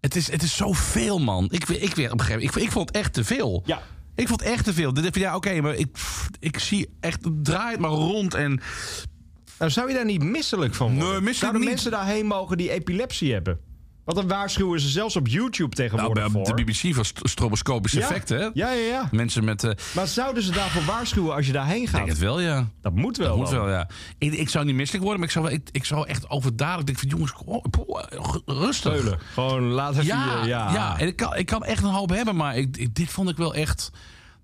Speaker 2: het, is, het is zoveel, man. Ik, ik, weer op een gegeven moment, ik, ik vond het echt te veel.
Speaker 3: Ja.
Speaker 2: Ik vond het echt te veel. Dan denk ik van, ja, oké, maar ik, pff, ik zie echt... het Draait maar rond en...
Speaker 3: Nou, zou je daar niet misselijk van worden?
Speaker 2: Nee, misselijk
Speaker 3: Zouden
Speaker 2: niet.
Speaker 3: mensen daarheen mogen die epilepsie hebben? Want dan waarschuwen ze zelfs op YouTube
Speaker 2: Nou,
Speaker 3: tegenwoordig
Speaker 2: bij de
Speaker 3: voor.
Speaker 2: BBC voor st- stroboscopische effecten, hè?
Speaker 3: Ja, ja, ja.
Speaker 2: Mensen met... eh,
Speaker 3: Maar zouden ze daarvoor waarschuwen als je daarheen
Speaker 2: ik denk
Speaker 3: gaat?
Speaker 2: het wel, ja.
Speaker 3: Dat moet wel.
Speaker 2: Dat moet
Speaker 3: dan.
Speaker 2: wel, ja. Ik, ik zou niet misselijk worden, maar ik zou, wel, ik, ik zou echt overdadig denken van... Jongens, oh, poeh, eh, rustig.
Speaker 3: Teulen. eh, Gewoon laat even
Speaker 2: Ja,
Speaker 3: je-
Speaker 2: ja. en ik kan, ik kan echt een hoop hebben, maar ik, ik- dit vond ik wel echt...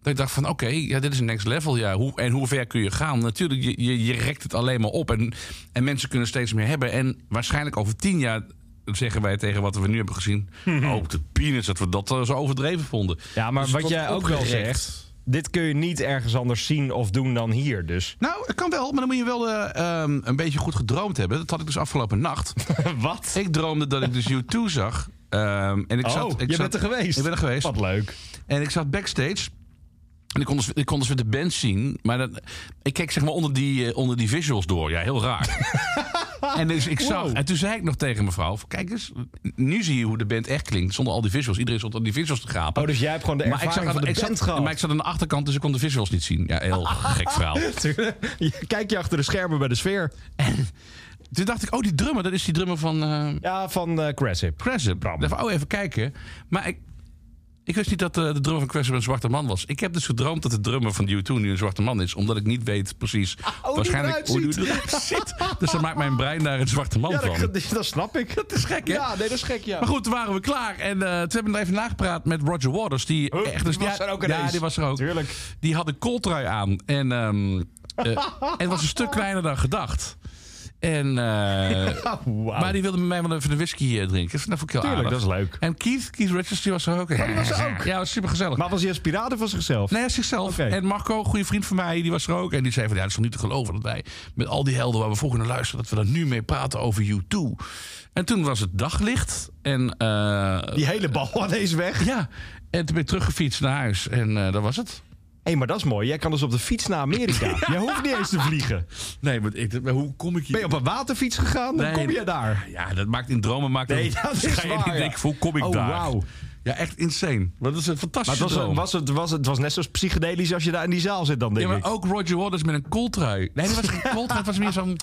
Speaker 2: Dat ik dacht van, oké, ja, dit is een next level. Ja. Hoe, en hoe ver kun je gaan? Natuurlijk, je, je, je rekt het alleen maar op. En, en mensen kunnen steeds meer hebben. En waarschijnlijk over tien jaar zeggen wij tegen wat we nu hebben
Speaker 3: *laughs*
Speaker 2: gezien... oh, de peanuts, dat we dat eh, zo overdreven vonden.
Speaker 3: Ja, maar
Speaker 2: Dus
Speaker 3: wat
Speaker 2: het
Speaker 3: jij
Speaker 2: wordt
Speaker 3: ook wel
Speaker 2: opgerekt.
Speaker 3: zegt, dit kun je niet ergens anders zien of doen dan
Speaker 2: *laughs*
Speaker 3: hier. Dus
Speaker 2: Nou, het kan wel, maar dan moet je wel eh, ehm,
Speaker 3: *laughs*
Speaker 2: een beetje goed gedroomd hebben. Dat had ik dus afgelopen nacht.
Speaker 3: wat?
Speaker 2: Ik droomde dat ik dus U2 zag Ehm, en ik
Speaker 3: Oh,
Speaker 2: zat, ik
Speaker 3: je
Speaker 2: zat-
Speaker 3: bent er geweest.
Speaker 2: Ik ben er geweest.
Speaker 3: Wat leuk.
Speaker 2: En ik zat backstage. En ik kon, dus, ik kon dus weer de band zien. Maar dan, ik keek zeg maar onder die, eh, onder die visuals door. Ja, heel
Speaker 3: *laughs*
Speaker 2: raar. en, dus ik zag, en toen zei ik nog tegen mevrouw... van, Kijk eens, nu zie je hoe de band echt klinkt. Zonder al die visuals. Iedereen stond aan die visuals te gapen.
Speaker 3: Oh, dus jij hebt gewoon de
Speaker 2: maar ik,
Speaker 3: ervaring
Speaker 2: zag, aan-
Speaker 3: van de
Speaker 2: ik,
Speaker 3: band
Speaker 2: zat,
Speaker 3: gehad.
Speaker 2: maar ik zat aan de achterkant, dus ik kon de visuals niet zien. Ja, heel gek
Speaker 3: *laughs*
Speaker 2: verhaal.
Speaker 3: Je- Kijk je achter de schermen bij de sfeer.
Speaker 2: Toen dacht ik, oh, die drummer, dat is die drummer van eh
Speaker 3: Ja, van eh Cressip.
Speaker 2: Crescent. Dacht, oh, even kijken. Maar ik, ik wist niet dat eh, de drummer van Crescent een zwarte man was. Ik heb dus gedroomd dat de drummer van U2 nu een zwarte man is. Omdat ik niet weet precies
Speaker 3: Ah, die
Speaker 2: waarschijnlijk
Speaker 3: eruit
Speaker 2: hoe die
Speaker 3: ziet.
Speaker 2: eruit ziet. Dus dan maakt mijn brein daar een zwarte man
Speaker 3: Ja,
Speaker 2: van.
Speaker 3: *laughs* dat, dat snap ik. Dat is gek,
Speaker 2: hè?
Speaker 3: Ja, nee, dat is gek, ja.
Speaker 2: Maar goed, toen waren we klaar. En eh, toen hebben we nog even nagepraat met Roger Waters. Die,
Speaker 3: Huh,
Speaker 2: echt,
Speaker 3: die
Speaker 2: dus,
Speaker 3: was er ook
Speaker 2: Ja,
Speaker 3: ineens.
Speaker 2: die was er ook.
Speaker 3: Tuurlijk.
Speaker 2: Die had een kooltrui aan. En, ehm, eh, en het was een stuk kleiner dan gedacht. En,
Speaker 3: *laughs*
Speaker 2: eh,
Speaker 3: Oh, Wauw.
Speaker 2: Maar die wilde met mij wel even een whisky eh, drinken. Dus Dat vond ik heel
Speaker 3: Tuurlijk,
Speaker 2: aardig.
Speaker 3: dat is leuk. Oh,
Speaker 2: En Keith, Keith Richards, die was er ook. die was er ook. Ja, was super gezellig.
Speaker 3: Maar was hij als piraten van zichzelf?
Speaker 2: Nee, hij is zichzelf.
Speaker 3: Oké.
Speaker 2: En Marco, een goede vriend van mij, die was er ook. En die zei van, ja, dat is toch niet te geloven dat wij met al die helden waar we vroeger naar luisterden, dat we daar nu mee praten over U2. En toen was het daglicht. En eh,
Speaker 3: Die hele bal ineens weg. *laughs* Hé,
Speaker 2: ja, en toen ben ik teruggefietst naar huis. En eh, dat was het.
Speaker 3: maar dat is mooi. Jij kan dus op de fiets naar *laughs* Amerika. Jij hoeft niet eens te vliegen.
Speaker 2: Nee, maar, ik, maar hoe kom ik hier?
Speaker 3: Ben je op een waterfiets gegaan? Dan
Speaker 2: Nee.
Speaker 3: kom je daar.
Speaker 2: Ja, dat maakt in dromen maakt
Speaker 3: Nee,
Speaker 2: het-
Speaker 3: dat is
Speaker 2: Ga je niet
Speaker 3: waar, ja.
Speaker 2: denken, hoe kom ik
Speaker 3: Oh,
Speaker 2: daar?
Speaker 3: wauw.
Speaker 2: Ja, echt insane. Dat is een
Speaker 3: Maar
Speaker 2: fantastische
Speaker 3: het was,
Speaker 2: droom.
Speaker 3: was, het, was, het was net zo psychedelisch als je daar in die zaal zit dan, denk
Speaker 2: Ja, maar
Speaker 3: ik.
Speaker 2: ook Roger Waters met een kooltrui. Nee, dat was geen
Speaker 3: *laughs*
Speaker 2: kooltrui. Het was meer zo'n...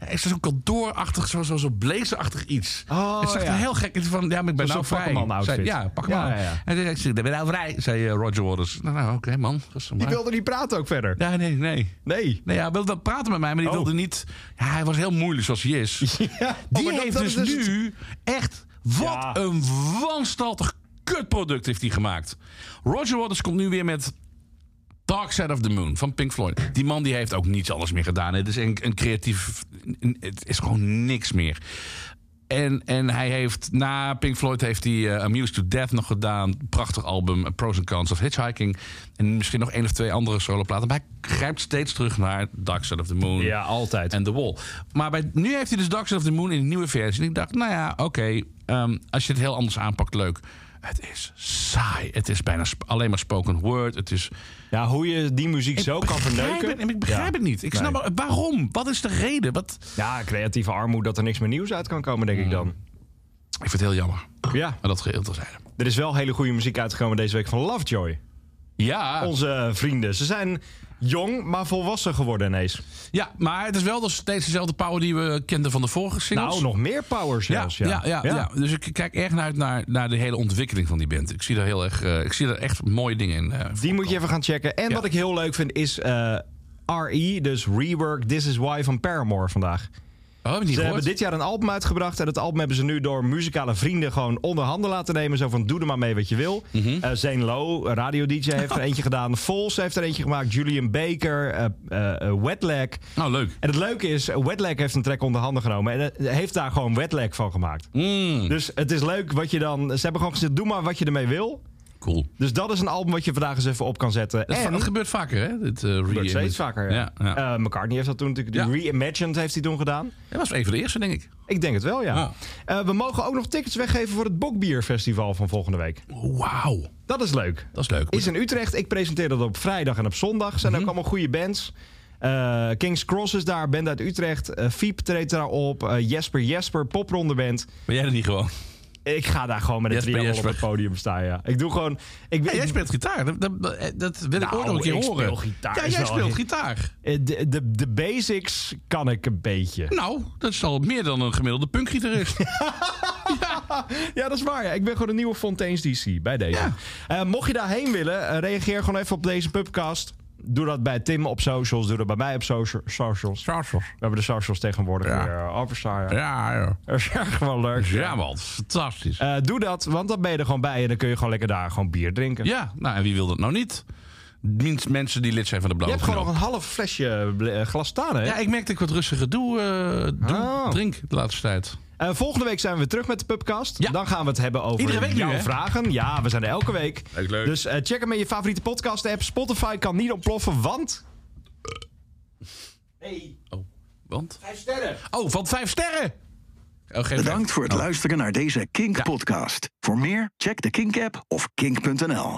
Speaker 2: ja, Is dat zo'n kantoorachtig, zo'n zo, zo blazeachtig iets?
Speaker 3: Oh,
Speaker 2: het zag er
Speaker 3: ja.
Speaker 2: heel gek uit. Van, ja, maar ik ben
Speaker 3: Zo'n
Speaker 2: nou vrij.
Speaker 3: pakkenman-outfit.
Speaker 2: Zei- ja, pak
Speaker 3: Ja, ja, ja.
Speaker 2: En toen zei ik, ik ben nou vrij, zei eh, Roger Waters. Nou, nou oké man, rustig
Speaker 3: Die
Speaker 2: maar.
Speaker 3: wilde niet praten ook verder.
Speaker 2: Ja, nee, nee.
Speaker 3: Nee. *laughs*
Speaker 2: Nee, hij wilde wel praten met mij, maar die
Speaker 3: Oh.
Speaker 2: wilde niet... Ja, hij was heel moeilijk zoals hij is.
Speaker 3: Ja,
Speaker 2: Die
Speaker 3: Oh, maar dat-
Speaker 2: heeft
Speaker 3: dat
Speaker 2: dus,
Speaker 3: is het.
Speaker 2: nu echt... Wat
Speaker 3: Ja.
Speaker 2: een wanstaltig kutproduct heeft hij gemaakt. Roger Waters komt nu weer met... Dark Side of the Moon van Pink Floyd. Die man die heeft ook niets anders meer gedaan. Het is een, een creatief... een- Het is gewoon niks meer. En, en hij heeft na Pink Floyd heeft hij eh, Amused to Death nog gedaan. Prachtig album. eh, Pros and Cons of Hitchhiking. En misschien nog één of twee andere soloplaten. Maar hij grijpt steeds terug naar Dark Side of the Moon.
Speaker 3: Ja, altijd.
Speaker 2: En The Wall. Maar bij, nu heeft hij dus Dark Side of the Moon in een nieuwe versie. En ik dacht, nou ja, oké. ehm, als je het heel anders aanpakt, leuk. Het is saai. Het is bijna sp- alleen maar spoken word. Het is...
Speaker 3: Ja, hoe je die muziek zo kan
Speaker 2: begrijp
Speaker 3: verneuken.
Speaker 2: het- ik begrijp
Speaker 3: Ja.
Speaker 2: het niet. Ik snap
Speaker 3: Nee.
Speaker 2: maar- waarom? Wat is de reden? Wat...
Speaker 3: Ja, creatieve armoede, dat er niks meer nieuws uit kan komen, denk ik dan.
Speaker 2: Ik vind het heel jammer.
Speaker 3: Ja,
Speaker 2: Maar dat geheel terzijde.
Speaker 3: er is wel hele goede muziek uitgekomen deze week van Lovejoy.
Speaker 2: Ja.
Speaker 3: Onze eh, vrienden. Ze zijn jong, maar volwassen geworden ineens.
Speaker 2: Ja, maar het is wel dus steeds dezelfde power die we kenden van de vorige singles.
Speaker 3: Nou, nog meer power
Speaker 2: ja,
Speaker 3: zelfs.
Speaker 2: ja, ja, ja,
Speaker 3: Ja.
Speaker 2: Dus ik kijk erg naar uit naar, naar de hele ontwikkeling van die band. Ik zie daar heel erg, eh, ik zie daar echt mooie dingen in. eh,
Speaker 3: Die
Speaker 2: voorkomen.
Speaker 3: moet je even gaan checken. En
Speaker 2: Ja.
Speaker 3: wat ik heel leuk vind is eh, RE, dus Rework This Is Why van Paramore vandaag.
Speaker 2: Oh, heb ik niet
Speaker 3: Ze
Speaker 2: gehoord?
Speaker 3: hebben dit jaar een album uitgebracht. En dat album hebben ze nu door muzikale vrienden gewoon onder handen laten nemen. Zo van doe er maar mee wat je wil.
Speaker 2: Mhm.
Speaker 3: Eh, Zane Low, radio DJ, heeft
Speaker 2: *laughs*
Speaker 3: er eentje gedaan. Vols heeft er eentje gemaakt. Julian Baker, eh eh, eh, Wetlag.
Speaker 2: Nou, leuk.
Speaker 3: En het leuke is, eh, Wetlag heeft een track onder handen genomen. En eh, heeft daar gewoon Wetlag van gemaakt.
Speaker 2: Mm,
Speaker 3: Dus het is leuk wat je dan... Ze hebben gewoon gezegd, doe maar wat je ermee wil.
Speaker 2: cool.
Speaker 3: Dus dat is een album wat je vandaag eens even op kan zetten.
Speaker 2: Dat,
Speaker 3: en
Speaker 2: dat gebeurt vaker, hè? Dit, eh,
Speaker 3: gebeurt
Speaker 2: re-image.
Speaker 3: steeds vaker. Ja.
Speaker 2: ja, ja.
Speaker 3: Eh, McCartney heeft dat toen natuurlijk...
Speaker 2: Ja.
Speaker 3: de Reimagined heeft hij toen gedaan.
Speaker 2: dat was een van de eerste, denk ik.
Speaker 3: Ik denk het wel, ja.
Speaker 2: Ja.
Speaker 3: Eh, we mogen ook nog tickets weggeven voor het Bokbierfestival van volgende week.
Speaker 2: Wauw.
Speaker 3: Dat is leuk.
Speaker 2: Dat is leuk.
Speaker 3: Is in Utrecht. Ik presenteer dat op vrijdag en op zondag.
Speaker 2: Mhm.
Speaker 3: Zijn ook allemaal goede bands. Eh, Kings Cross is daar, band uit Utrecht. Eh Fiep treedt daar op. Eh, Jesper Jesper, popronde band.
Speaker 2: Ben jij er niet gewoon?
Speaker 3: Ik ga daar gewoon met een
Speaker 2: Jesper
Speaker 3: triangel op
Speaker 2: Jesper. Ah,
Speaker 3: het podium staan, ja. Ik doe gewoon... Ik,
Speaker 2: Ja, jij
Speaker 3: ik-
Speaker 2: speelt gitaar. Dat, dat, eh, dat wil ik
Speaker 3: Nou,
Speaker 2: ooit nog een keer
Speaker 3: ik speel
Speaker 2: horen.
Speaker 3: gitaar.
Speaker 2: Ja,
Speaker 3: Is
Speaker 2: jij
Speaker 3: wel-
Speaker 2: speelt gitaar.
Speaker 3: eh, de, de, de basics kan ik een beetje.
Speaker 2: Nou, dat is al meer dan een gemiddelde *laughs* punkgitarist.
Speaker 3: *laughs* Ja, dat is waar. Ja. Ik ben gewoon een nieuwe Fontaine's DC bij deze.
Speaker 2: Ja.
Speaker 3: Eh, mocht je daarheen willen, eh, reageer gewoon even op deze podcast. Doe dat bij Tim op socials. Doe dat bij mij op socia- socials. We hebben de socials tegenwoordig
Speaker 2: Ja.
Speaker 3: weer eh, overstaan. Ja.
Speaker 2: Ja, ja.
Speaker 3: Dat is echt gewoon leuk.
Speaker 2: Ja, man. Fantastisch.
Speaker 3: Eh, doe dat, want dan ben je er gewoon bij en dan kun je gewoon lekker daar gewoon bier drinken.
Speaker 2: Ja, nou en wie wil dat nou niet? Minst mensen die lid zijn van de
Speaker 3: Je
Speaker 2: Blauwe
Speaker 3: hebt gewoon nog
Speaker 2: Knoop.
Speaker 3: een half flesje eh, glas staan, hè?
Speaker 2: Ja, ik merk dat ik wat rustiger doe, eh, doe-
Speaker 3: Oh.
Speaker 2: drink de laatste tijd.
Speaker 3: Eh, volgende week zijn we terug met de Pubcast.
Speaker 2: Ja.
Speaker 3: Dan gaan we het hebben over
Speaker 2: Iedere week nu,
Speaker 3: jouw
Speaker 2: hè?
Speaker 3: vragen. Ja, we zijn er elke week.
Speaker 2: Leuk, leuk.
Speaker 3: Dus eh, check hem in je favoriete podcast-app. Spotify kan niet ontploffen, want...
Speaker 2: Want? Vijf sterren. Oh, van vijf sterren! Oh, geen
Speaker 1: Bedankt voor het
Speaker 2: Oh.
Speaker 1: luisteren naar deze
Speaker 2: Ja.
Speaker 1: Kink-podcast. Voor meer, check de Kink-app of kink.nl.